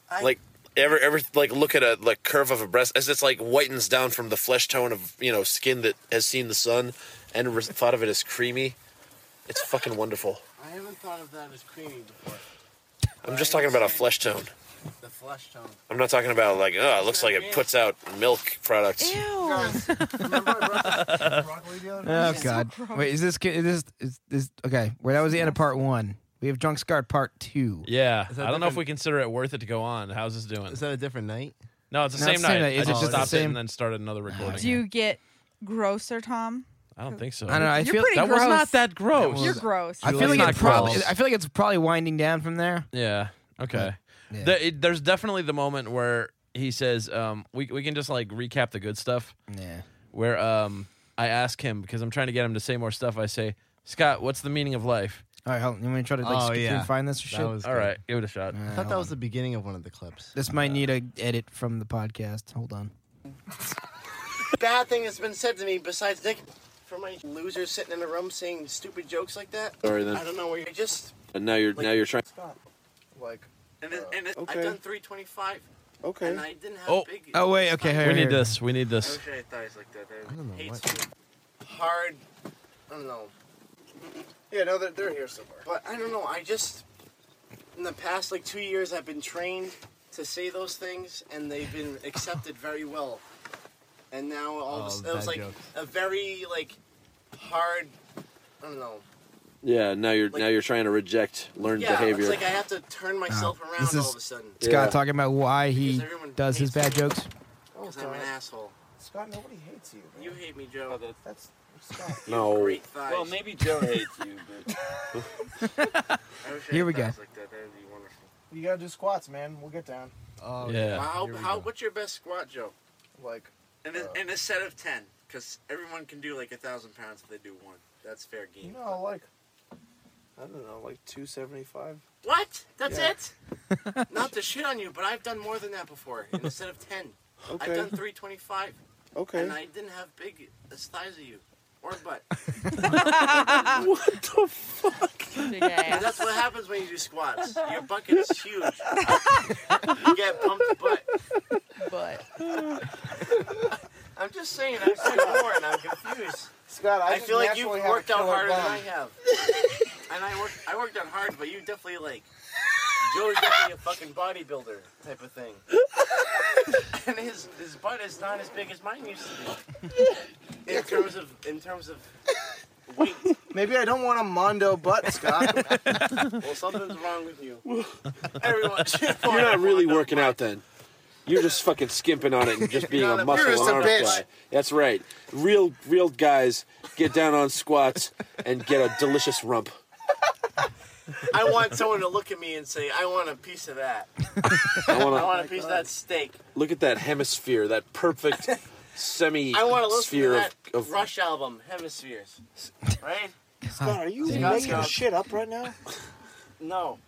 I- like ever ever like look at a like curve of a breast as it's like whitens down from the flesh tone of you know skin that has seen the sun and re- thought of it as creamy. It's fucking wonderful. I haven't thought of that as creamy before. I'm just talking about a flesh tone. The flesh tone. I'm not talking about like oh it looks like it puts out milk products. Oh God! Wait, is this is this is this okay? Where that was the end of part one. We have drunk scarred part two. Yeah, Is that I don't know if different- we consider it worth it to go on. How's this doing? Is that a different night? No, it's the No, same it's the same night. night. I Is it just just the stopped it same- and then started another recording. Do you get grosser, Tom? I don't think so. I don't know. I You're feel pretty that was gross. not that gross. You're gross. I feel That's like not it's probably. gross. I feel like it's probably winding down from there. Yeah. Okay. There- it- there's definitely the moment where he says, um, "We we can just like recap the good stuff." Yeah. Where um, I ask him because I'm trying to get him to say more stuff. I say, "Scott, what's the meaning of life?" All right, hold on. You want me to try to like Oh, skip through yeah. and find this or That shit? was All good. right, give it a shot. I thought that was the beginning of one of the clips. This might need a edit from the podcast. Hold on. Bad thing that's been said to me besides Dick. For my losers sitting in a room saying stupid jokes like that. Sorry then. I don't know where you just And now you're now you're trying. stop. Like. And, it, and it, okay. I've done 325. Okay. And I didn't have Oh. big. Oh wait, okay. Here, We here. need this. We need I this. wish I had thighs like that. I, don't know hate what- sweet- hard. I don't know. Yeah, no, they're, they're here somewhere. But I don't know. I just in the past like two years, I've been trained to say those things, and they've been accepted very well. And now all Oh, of a sudden, it was bad like joke. a very like hard. I don't know. Yeah, now you're Like- now you're trying to reject learned Yeah, behavior. it's like I have to turn myself around This all is- of a sudden. Scott Yeah. talking about why he Because everyone does his bad hates jokes. Because I'm an asshole. Scott, nobody hates you. Man. You hate me, Joe. That's Scott. no. Great thighs. Well, maybe Joe hates you, I wish but I Here had we go. thighs Like that. That would be wonderful. You gotta do squats, man. We'll get down. Oh, Yeah. How, Here we how, go. what's your best squat, Uh, Joe? Like, In a, in a set of 10, because everyone can do like a thousand pounds if they do one. That's fair you game. know, like. I don't know, like 275? What? That's it? Not to shit on you, but I've done more than that before in a set of 10. I've done 325. Okay. And I didn't have big as thighs as you. Or butt. Big ass. And that's what happens when you do squats. Your bucket is huge. you get pumped butt. but I'm just saying, I've done more and I'm confused. Scott, I, I just feel like you've naturally have a worked out killer harder than bum. I have. and I work, I worked out hard, but you definitely like Joe's definitely a fucking bodybuilder type of thing. and his his butt is not as big as mine used to be. In terms of in terms of weight, Maybe I don't want a mondo butt, Scott. well, something's wrong with you. Everyone, You're not really working out then. You're just fucking skimping on it and just being You're a not a- muscle you're and just a arm bitch. guy. That's right. Real real guys get down on squats and get a delicious rump. I want someone to look at me and say, I want a piece of that. I wanna- want, a piece of that steak. Look at that hemisphere, that perfect semi I want to listen to sphere of, that of Rush album, Hemispheres. Right? Scott, are you Scott, making Scott. shit up right now? No.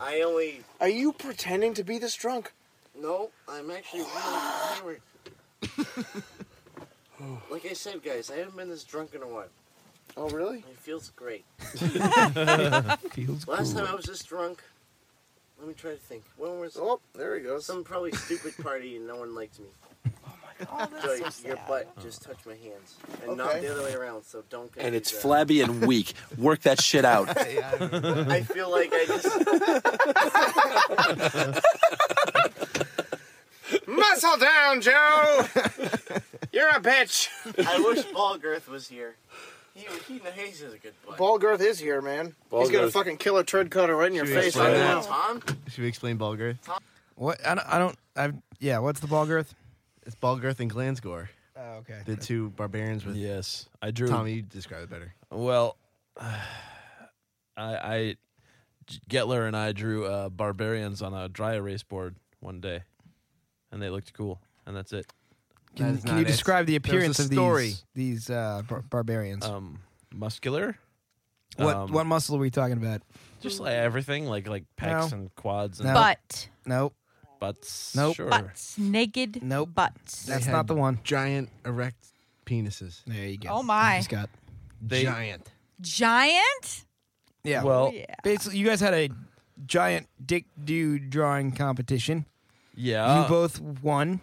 I only. Are you pretending to be this drunk? No, I'm actually really hammered. like I said, guys, I haven't been this drunk in a while. Oh, really? It feels great. Feels Last time great. I was this drunk, let me try to think. When was Oh, there he goes. Some probably stupid party and no one liked me. Oh my god. that's so your sad. butt just touched my hands. And not Okay. the other way around, so don't get and it's these, uh, flabby and weak. Work that shit out. I feel like I just Muscle down, Joe! You're a bitch! I wish Paul Girth was here. He he, he has a good butt. Ballgirth is here, man. Ball He's gonna Girth. fucking kill a tread cutter right in your Should we face explain right that? now. Tom? Should we explain ball girth? What? I don't. I don't I've, yeah. What's the ball girth? It's ball girth and Glansgore. Oh, okay. The two barbarians with. Yes, I drew. Tommy, you describe it better. Well, I, I J- Getler and I drew uh, barbarians on a dry erase board one day, and they looked cool, and that's it. Can, can you describe the appearance of these these uh, bar- barbarians? Um, muscular. what um, what muscle are we talking about? Just like everything, like like pecs No. and quads and No. Butt. Nope. butts. Nope. Sure. Butts. Naked nope. butts. They had Giant erect penises. There you Oh my. They- giant. Giant? Yeah. Well- basically, you guys had a giant dick dude drawing competition. Yeah. You both won.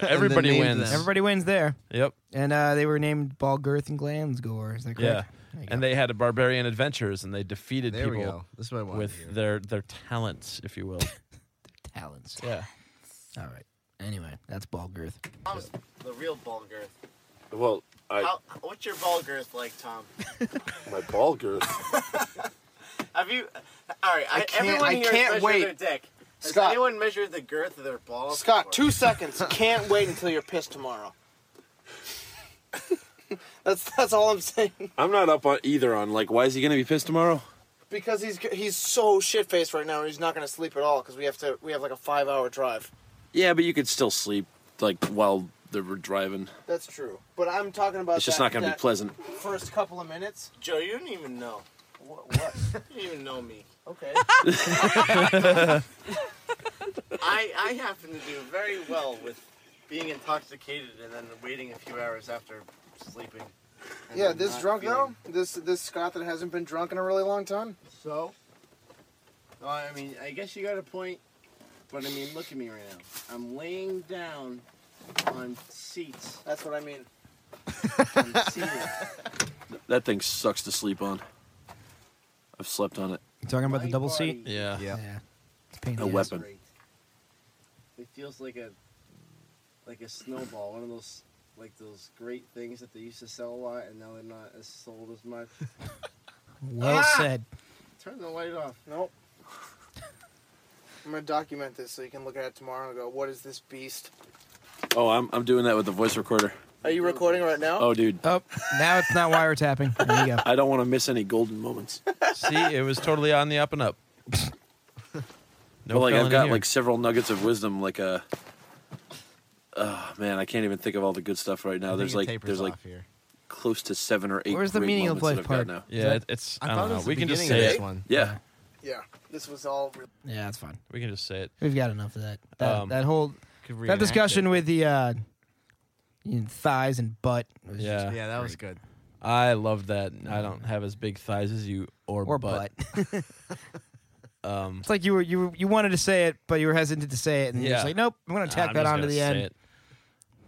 Everybody And they named wins. them. Everybody wins there. Yep. And uh, they were named Ball Girth and Glansgore. Is that Yeah. correct? And they had a barbarian adventures, and they defeated There we people go. This is what I wanted with to their their talents, if you will. Talents. Yeah. All right. Anyway, that's Ball Girth. Tom's the real Ball Girth. Well, I How, what's your ball girth like, Tom? my ball girth. Have you? All right, I I can't- everyone I here can't measured wait. their dick. Has Scott. anyone measured the girth of their balls? Scott, two seconds. Can't wait until you're pissed tomorrow. that's that's all I'm saying. I'm not up on either on like why is he gonna be pissed tomorrow? Because he's he's so shit faced right now, and he's not gonna sleep at all. Because we have to we have like a five hour drive. Yeah, but you could still sleep like while they were driving. That's true. But I'm talking about. It's just that- not gonna be that pleasant. First couple of minutes. Joe, you didn't even know. What? what? you didn't even know me. Okay. I I happen to do very well with being intoxicated and then waiting a few hours after sleeping. and Yeah, then this not drunk feeling- though, this this Scott that hasn't been drunk in a really long time. So, Well, I mean, I guess you got a point, but I mean, look at me right now. I'm laying down on seats. That's what I mean. I'm seated. That thing sucks to sleep on. I've slept on it. You talking about the double seat? Yeah. Yeah. It's A painful. weapon. It feels like a like a snowball, one of those like those great things that they used to sell a lot, and now they're not as sold as much. Well Ah! said. Turn the light off. Nope. I'm gonna document this so you can look at it tomorrow and go, "What is this beast?" Oh, I'm I'm doing that with the voice recorder. Are you recording right now? Oh, dude. Oh, now it's not wiretapping. There you go. I don't want to miss any golden moments. See, it was totally on the up and up. No, like felon I've in got here. like several nuggets of wisdom. Like uh, oh man, I can't even think of all the good stuff right now. I There's think it like tapers there's like off here. close to seven or eight. Where's the great meaning of moments that life I've got part? now. Is Yeah, that- it, it's. I I, thought don't it know. was the We can just say beginning of it. this one. Yeah, Yeah. This was all. Re- Yeah, that's fine. we can just say it. We've got enough of that. That, Um, that whole could that reenact discussion with the uh, you know, thighs and butt. was just- Yeah, Yeah, that was good. I love that. I don't have as big thighs as you or, Or butt. um, It's like you were you were, you wanted to say it, but you were hesitant to say it, and you're Yeah. just like, nope, I'm gonna tack I'm that just onto gonna the say end it.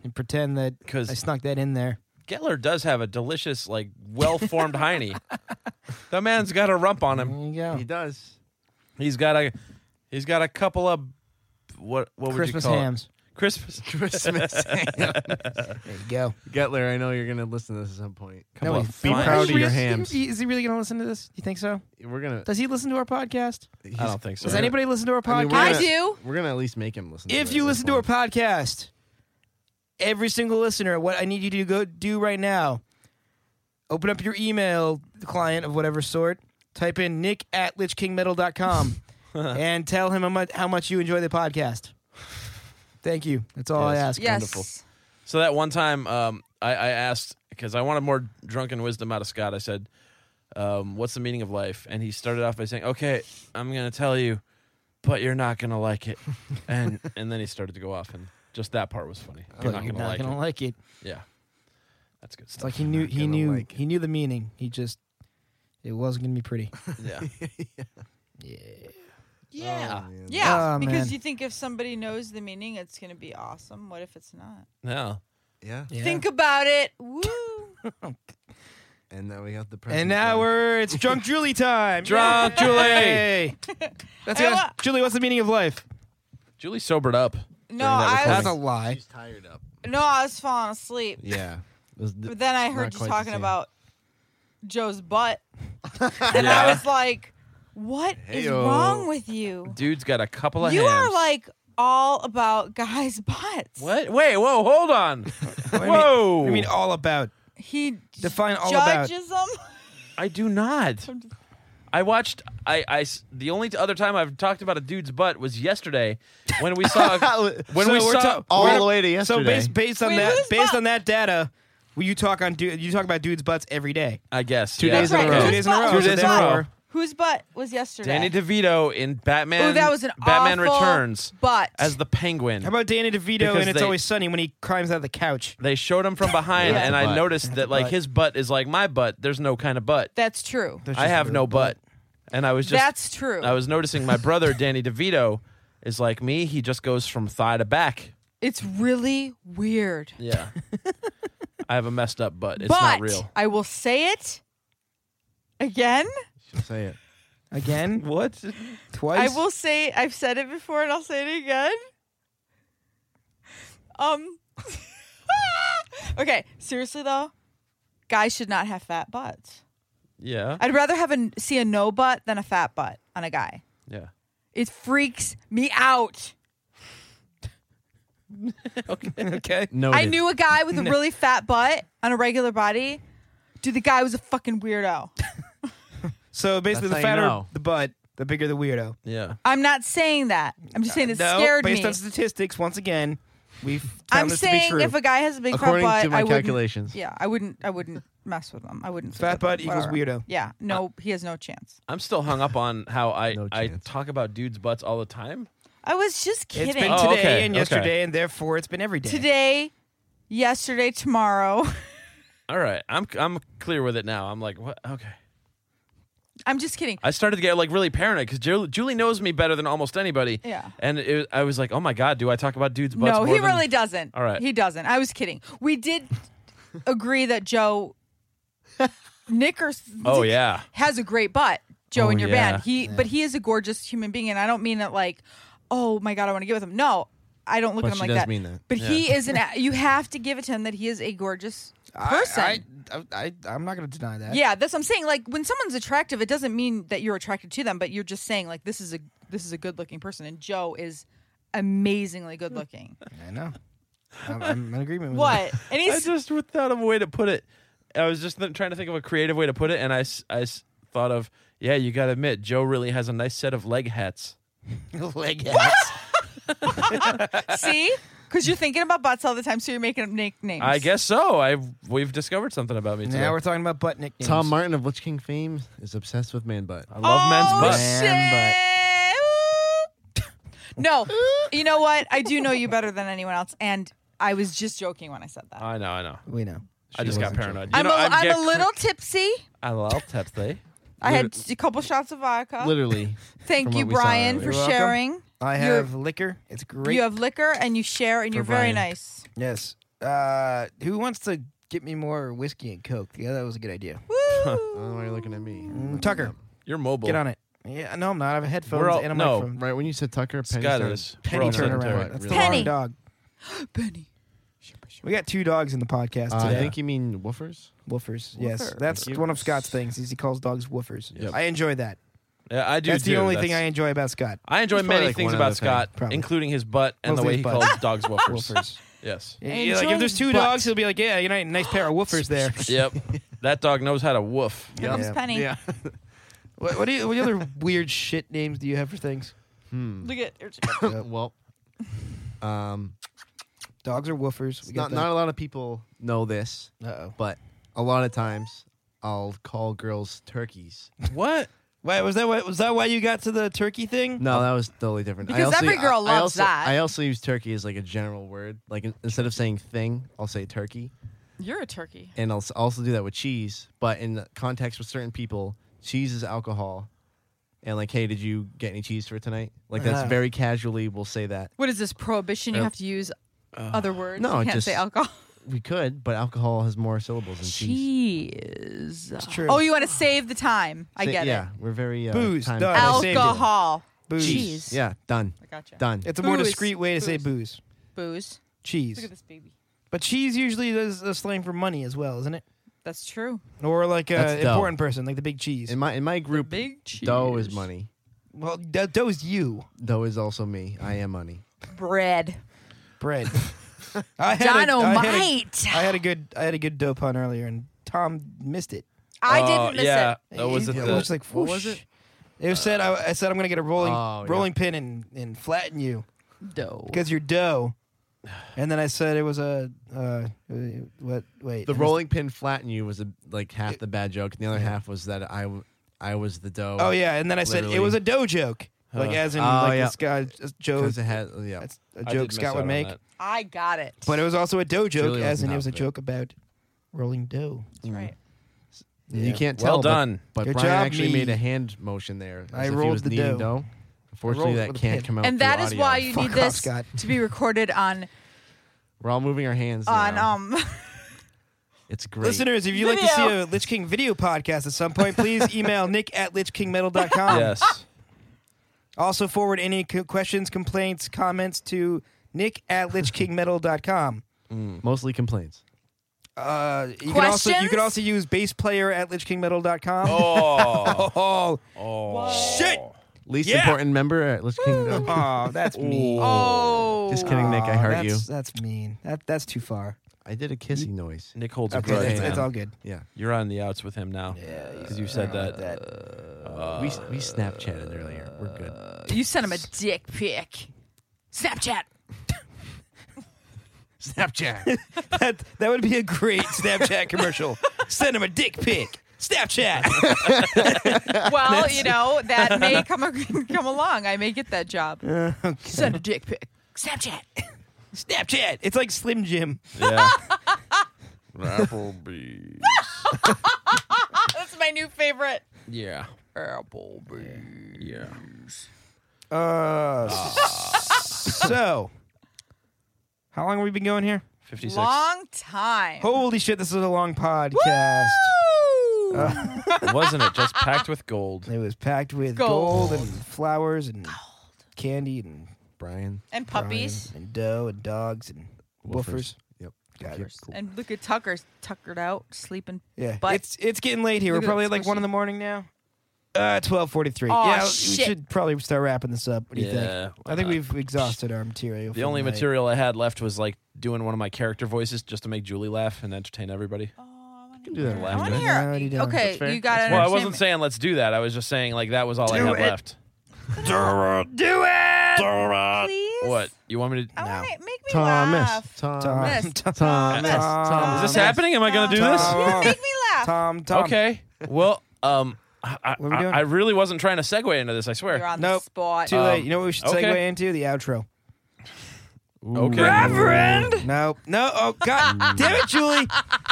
and pretend that I snuck that in there. Gettler does have a delicious, like, well-formed hiney. The man's got a rump on him. There you go. He does. He's got a, he's got a couple of, what what would Christmas you call it? hams. Christmas Christmas hams. There you go. Getler, I know you're gonna listen to this at some point. Come on, be fine. proud of Really- your hams. Is he really gonna listen to this? You think so? We're gonna. Does he listen to our podcast? I don't think so. Does anybody listen to our I, mean, podcast? we're gonna- We're gonna at least make him listen. to If it you at listen some to our point. podcast, every single listener, what I need you to go do right now, open up your email client of whatever sort, Type in nick at lichkingmetal.com and tell him how much, how much you enjoy the podcast. Thank you. That's all I ask. Wonderful. So that one time, um, I, I asked because I wanted more drunken wisdom out of Scott. I said, um, "What's the meaning of life?" And he started off by saying, "Okay, I'm going to tell you, but you're not going to like it." and and then he started to go off, and just that part was funny. But you're gonna not gonna like it. Yeah, that's good It's stuff. like he knew he knew he knew the meaning. He just it wasn't gonna be pretty. Yeah. yeah. Yeah. Oh, man. yeah. Oh, because man. you think if somebody knows the meaning, it's going to be awesome. What if it's not? No. Yeah. Think about it. Woo. And now we have the present. And now we're it's drunk Julie time. Drunk Uh, Julie. Yay. That's Hey, it. what- Julie, what's the meaning of life? Julie sobered up. No, I That's was, a lie. tired up. no, I was falling asleep. Yeah. But then I heard you talking about Joe's butt. and I Yeah. was like, "What is Heyo. wrong with you? Dude's got a couple of You hams. are like all about guys' butts. what? Wait, whoa, hold on. whoa. I mean all about. He define all about. Judges them? I do not. I watched. I, I s- the only other time I've talked about a dude's butt was yesterday when we saw when Oh, So we we're saw ta- we're- So based based on Wait, that whose based butt? on that data, well, you talk on dude you talk about dudes' butts every day. I guess Two yeah. days in a row. Two days in a row. Two So days in a therefore- row. Whose butt was yesterday? Danny DeVito in Batman. Ooh, that was an Batman awful Returns butt. as the Penguin. How about Danny DeVito Because and It's they- Always Sunny when he climbs out of the couch? They showed him from behind, Yeah. and That's I a butt. noticed that like butt. his butt is like my butt. There's no kind of butt. That's true. I have no butt. And I was just That's true. I was noticing my brother Danny DeVito is like me. He just goes from thigh to back. It's really weird. Yeah. I have a messed up butt. It's but not real. I will say it again. Say it. Again? What? Twice? I will say I've said it before and I'll say it again. Um Okay, seriously though, guys should not have fat butts. Yeah. I'd rather have a see a no butt than a fat butt on a guy. Yeah. It freaks me out. okay. No. I knew a guy with a really fat butt on a regular body. Dude, the guy was a fucking weirdo. So basically, That's the how you fatter know. the butt, the bigger the weirdo. Yeah. I'm not saying that. I'm just saying it no, scared based me. on statistics, once again, we've found I'm this to be saying true. if a guy has a big According fat butt, to my I wouldn't- calculations. yeah, I wouldn't. I wouldn't mess with him. I wouldn't. Fat sleep with butt him, equals whatever. weirdo. Uh, Yeah, no, he has no chance. I'm still hung up on how I I talk about dudes' butts all the time. I was just kidding. it's been Oh, today okay, and okay. yesterday, and therefore it's been every day. today, yesterday, tomorrow. All right. I'm I'm clear with it now. I'm like, what? Okay. I'm just kidding. I started to get like really paranoid because Julie, Julie knows me better than almost anybody. Yeah. And it, I was like, oh my god, do I talk about dudes' butts? No, more he than- really doesn't. All right. he doesn't. I was kidding. We did agree that Joe Nickers. Oh yeah. has a great butt, Joe, Oh, in your yeah. band. He, but he is a gorgeous human being, and I don't mean that like, oh my god, I want to get with him. No, I don't look But at him she like does that. mean that. But Yeah. he is an. a- You have to give it to him that he is a gorgeous person. I, I, I, I, am not going to deny that. yeah, that's what I'm saying. Like when someone's attractive, it doesn't mean that you're attracted to them, but you're just saying like this is a this is a good looking person, and Joe is amazingly good looking. I know. I'm, I'm in agreement with what? that. And I he's just thought of a way to put it. I was just th- trying to think of a creative way to put it, and I, s- I s- thought of, yeah, you got to admit, Joe really has a nice set of leg hats. leg hats. see because you're thinking about butts all the time, so you're making up nicknames. I guess so. I we've discovered something about me today. Now we're talking about butt nicknames. Tom Martin of Lich King fame is obsessed with man butt. I Oh, love men's butts. Man butt. No, you know what? I do know you better than anyone else, and I was just joking when I said that. I know, I know. We know. I just got paranoid. Uh, You I'm, know, a, I get I'm a cr- little tipsy. I love Tepsi. I had a couple shots of vodka. Literally. Thank from you, what we saw Brian, earlier. for You're welcome. sharing. I have liquor. It's great. You have liquor and you share, and For you're very Brian. nice. yes. Uh, who wants to get me more whiskey and coke? Yeah, that was a good idea. I don't know why you're looking at me. Mm, Tucker, You're mobile. get on it. Yeah, no, I'm not. I have headphones all- and a no. microphone. Right when you said Tucker, Penny Scott started- is. We're Penny all turn sedentary, around. That's really. the wrong Penny. dog. Penny. We got two dogs in the podcast Uh, today. I think you mean woofers. woofers. Yes, Woofer. that's Thank you. one of Scott's things. Is he calls dogs woofers. Yep. I enjoy that. Yeah, I do. that's the too. only That's- thing I enjoy about Scott. I enjoy It's probably many like things one about other thing, Scott, probably. including his butt and Mostly the way his he butt. calls dogs woofers. Woofers. Yes. Yeah, I yeah, like enjoy if there's two butt. dogs, he'll be like, "Yeah, you know, nice pair of woofers there." Yep. that dog knows how to woof. Here comes Penny. Yeah. What, what, do you, what other weird shit names do you have for things? Hmm. Look at it's- well, um, dogs are woofers. not not a lot of people know this, Uh-oh. but a lot of times I'll call girls turkeys. What? Wait, was that why, was that why you got to the turkey thing? No, that was totally different. I Because also- every girl I- I loves also- that. I also use turkey as like a general word. Like in- instead of saying thing, I'll say turkey, You're a turkey. and I'll s- also do that with cheese. But in the context with certain people, cheese is alcohol. And like, hey, did you get any cheese for tonight? Like that's Ah. very casually. We'll say that. What is this prohibition? You Uh, have to use other words. no, you can't just- say alcohol. We could, but alcohol has more syllables than cheese. Cheese. It's true. Oh, you want to save the time? I Say- get it. yeah, we're very uh, Booze, time- done. I saved it. Alcohol. Booze. Cheese. Yeah, done. I gotcha. Done. It's a more Booze. discreet way to say booze. Booze. Cheese. Look at this baby. But cheese usually is a slang for money as well, isn't it? That's true. Or like an That's dough. important person, like the big cheese. In my in my group, big dough is money. Well, that dough you. Dough is also me. I am money. Bread. Bread. I had a- I had a- Dynamite. I had a good I had a good dough pun earlier, and Tom missed it. I didn't Oh, miss yeah. it. That was it at was the- like what whoosh. was it? It was said I, I said I'm gonna get a rolling Oh, yeah. rolling pin and, and flatten you Dough. because you're dough. And then I said it was a uh, what? Wait, it The was- rolling pin flatten you was a, like half the bad joke. and The other half was that I w- I was the dough. Oh yeah, and then I said it was a dough joke, like Huh. as in Oh, like yeah. this guy Joe. 'Cause it had- yeah. that's I a did joke miss Scott out would on make. that. I got it. But it was also a dough joke, Julie as wasn't in it was a out of it. joke about rolling dough. That's right. You Yeah. can't Well tell. but- done. But, Good Brian job, actually me. made a hand motion there. I as if he rolled was the kneading dough. dough. rolled Unfortunately, it that with a can't pin. come out. And through that is audio. why you need this to be recorded on We're all moving our hands. on now. um. It's great. Listeners, if you'd like to see Video. a Lich King video podcast at some point, please email nick at lichkingmetal.com. Yes. Also forward any co- questions, complaints, comments to nick at lichkingmetal.com. mostly complaints. Uh, you can also you can Questions? also use bassplayer at lichkingmetal.com. Oh. oh. Shit. Least important member at Let's Kingdom. Oh, that's mean. Oh. Just kidding, Nick. I Aw, hurt that's, you. That's mean. That that's too far. I did a kissy noise. Nick holds Okay, a grudge. it's- man. it's all good. Yeah. You're on the outs with him now. Yeah. Because you said that. we we Snapchatted earlier. We're good. Uh, You sent him a dick pic. Snapchat. Snapchat. that that would be a great Snapchat commercial. Send him a dick pic. Snapchat. Well, you know that may come come along. I may get that job. Send a dick pic. Snapchat. Snapchat. It's like Slim Jim. Yeah. Applebee's. That's my new favorite. Yeah. Applebee's. Yeah. Ah. Uh, so, how long have we been going here? 56. Long time. Holy shit, this is a long podcast. Uh, Wasn't it just packed with gold? It was packed with gold, Gold. and flowers and candy and Brian. And puppies. and dough and dogs and woofers. Yep. Got it. And look at Tucker's tuckered out, sleeping. Yeah, But it's it's getting late here. Look We're at probably that like one in the morning now. Uh, twelve forty-three. Aw, yeah, we shit. should probably start wrapping this up. What do you Yeah, think? why I think not? we've exhausted our material. for The only night. material I had left was like doing one of my character voices just to make Julie laugh and entertain everybody. can do that. Oh, I want Laughter. to Yeah, what are you hear. doing? Okay, you got it. Well, I wasn't saying let's do that. I was just saying like that was all I Do had it. left. Do it, Please. What you want me to? I want to make me Thomas. laugh. Thomas. Tom, Thomas. Is Thomas. this happening? Am I going to do this? Yeah, make me laugh. Tom, Tom. Okay. Well, um, I, I, What are we doing? I really wasn't trying to segue into this. I swear. You're on Nope. the spot. Too late. You know what we should okay. segue into? The outro. okay. No, no. Oh God, damn it, Julie!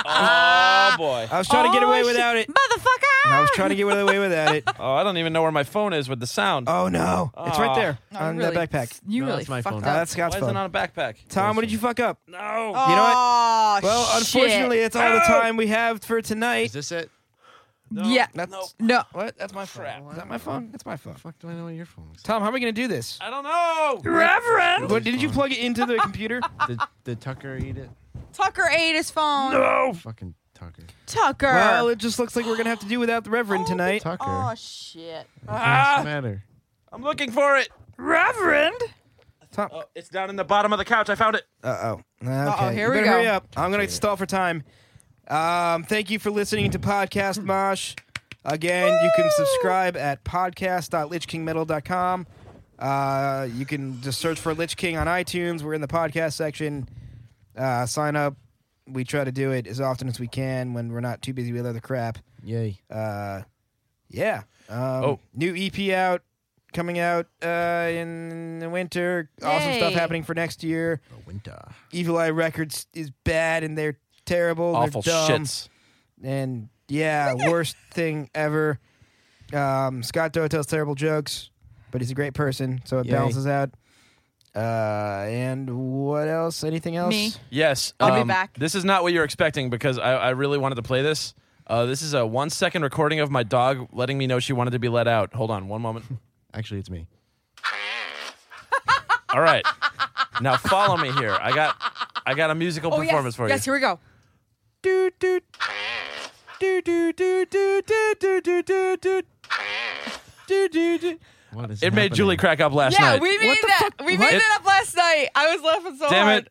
Oh boy. I was trying to get Oh, away shit. without it. Motherfucker. I was trying to get away without it. Oh, I don't even know where my phone is with the sound. Oh no, it's right Aw. there No, you on really- the backpack. You No, really it's my fucked phone. up. Oh, that's Why Scott's is it phone. on a backpack? Tom, what did you fuck up? No. You know what? Oh, Well, shit. Oh! unfortunately, it's all the time we have for tonight. Is this it? yeah. That's, No. What? That's my phone. Crap. Is that my phone? That's my phone. Fuck, do I know what your phone was? Tom, how are we gonna do this? I don't know. Reverend, what, did you plug it into the computer? Did, did Tucker eat it? Tucker ate his phone. Fucking Tucker. Tucker. well, it just looks like we're gonna have to do without the Reverend tonight. Tucker. oh shit. What's the matter? I'm looking for it. Reverend. Tom. Oh, it's down in the bottom of the couch. I found it. Uh oh. Okay. here you we better Hurry go. up. I'm gonna stall for time. Um, thank you for listening to Podcast Mosh. Again, you can subscribe at podcast.lichkingmetal.com. Uh, you can just search for Lich King on iTunes. We're in the podcast section. Uh, sign up. We try to do it as often as we can when we're not too busy with other crap. Yay. Uh, yeah. Um, Oh, New EP out, coming out uh, in the winter. Awesome stuff Yay. happening for next year. The winter. Evil Eye Records is bad and they're terrible. they're Awful dumb, shits. And yeah, worst thing ever. Um, Scott Doe tells terrible jokes, but he's a great person, so it Yay. balances out. Uh, and what else? Anything else? Yes. I'll be um, back. This is not what you're expecting because I, I really wanted to play this. Uh, this is a one second recording of my dog letting me know she wanted to be let out. Hold on one moment. Actually, it's me. All right. Now follow me here. I got I got a musical Oh, yes. performance for yes, you. here we go. Doot, doot. Doot, doot, doot, doot, doot, doot, doot, doot, doot. Doot, doot, doot. What It made Julie crack up last yeah, night. we made that. We made It- that up last night. I was laughing so Damn hard. it!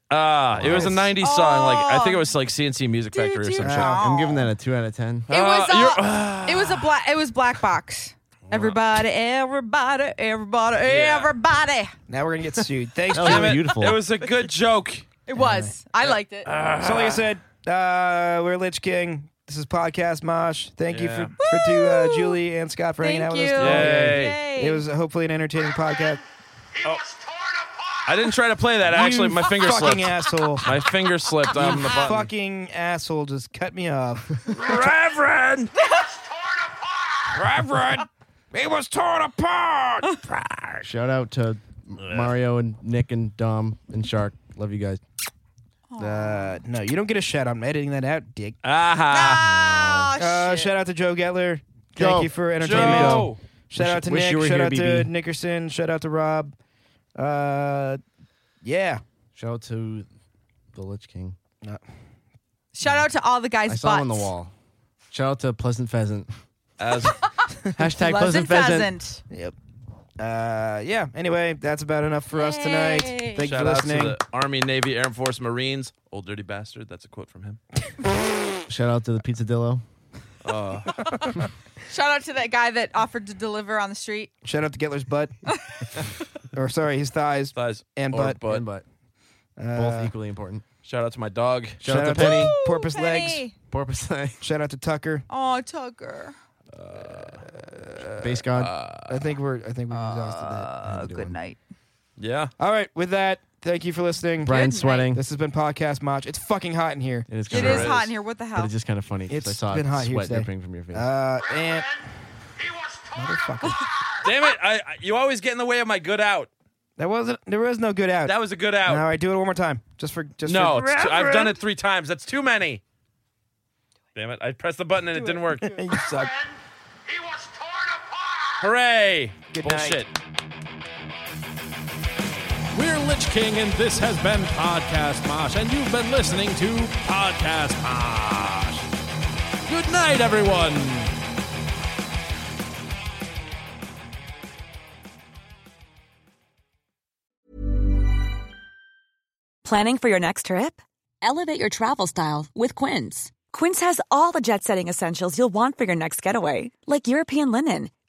Uh, It was a Nice. '90s song. Like I Oh. think it was like CNC Music Factory or some shit. I'm giving that a two out of ten. It was a, it was a black it was black box. Everybody, everybody, everybody, everybody. Now we're gonna get sued. Thanks, That was Jimmy. beautiful. It was a good joke. It was. I liked it. so Ah. like I said, uh, we're Lich King. This is podcast Mosh. Thank you Yeah. for, for to uh, Julie and Scott for hanging Thank out with you. us. today. Yay. Yay. It was hopefully an entertaining podcast. I didn't try to play that. Actually, You my finger fucking slipped. asshole. My finger slipped Um, on You the button. fucking asshole just cut me off. Reverend! Reverend! It was torn apart! Shout out to Mario and Nick and Dom and Shark. Love you guys. Uh, no, you don't get a shout. I'm editing that out, dick. Ah, Aha. Uh, shout out to Joe Getler. Thank Joe. you for entertainment. Joe. Shout Wish- out to wish you Nick. were Shout here, out to BB. Nickerson. Shout out to Rob. Uh, yeah. Shout out to the Lich King. Shout out to all the guys' I saw him on butts. the wall. Shout out to Pleasant Pheasant. As Hashtag Pleasant, Pheasant. Yep. Uh, yeah. Anyway, that's about enough for us tonight. Yay. Thank you Shout for out to listening. the Army, Navy, Air Force, Marines. Old dirty bastard. That's a quote from him. Shout out to the Pizzadillo. Uh, Shout out to that guy that offered to deliver on the street. Shout out to Getler's butt. or sorry, his thighs. Thighs. And or butt. butt. And butt. Uh, Both equally important. Shout out to my dog. Shout, out to Penny. Porpoise legs. Penny. Porpoise Leg. Shout out to Tucker. Oh, Tucker. Base God. Uh, I think we're. I think we've exhausted that. Uh, good night. Yeah. All right. With that, thank you for listening. Brian's sweating. This has been podcast Mach. It's fucking hot in here. It is It kind of is hot in here. What the But hell? it's just kind of funny because I It's saw been hot here sweat today. dripping from your face. Uh, and motherfucker, Damn it. I, I- you always get in the way of my good out. that wasn't. There was no good out. That was a good out. All right, do it one more time, just for just. no, for, it's too, I've done it three times. That's too many. Damn it. I pressed the button and it didn't work. you suck. Hooray. Good night. Bullshit. We're Lich King, and this has been Podcast Mosh, and you've been listening to Podcast Mosh. Good night, everyone. Planning for your next trip? Elevate your travel style with Quince. Quince has all the jet setting essentials you'll want for your next getaway, like European linen,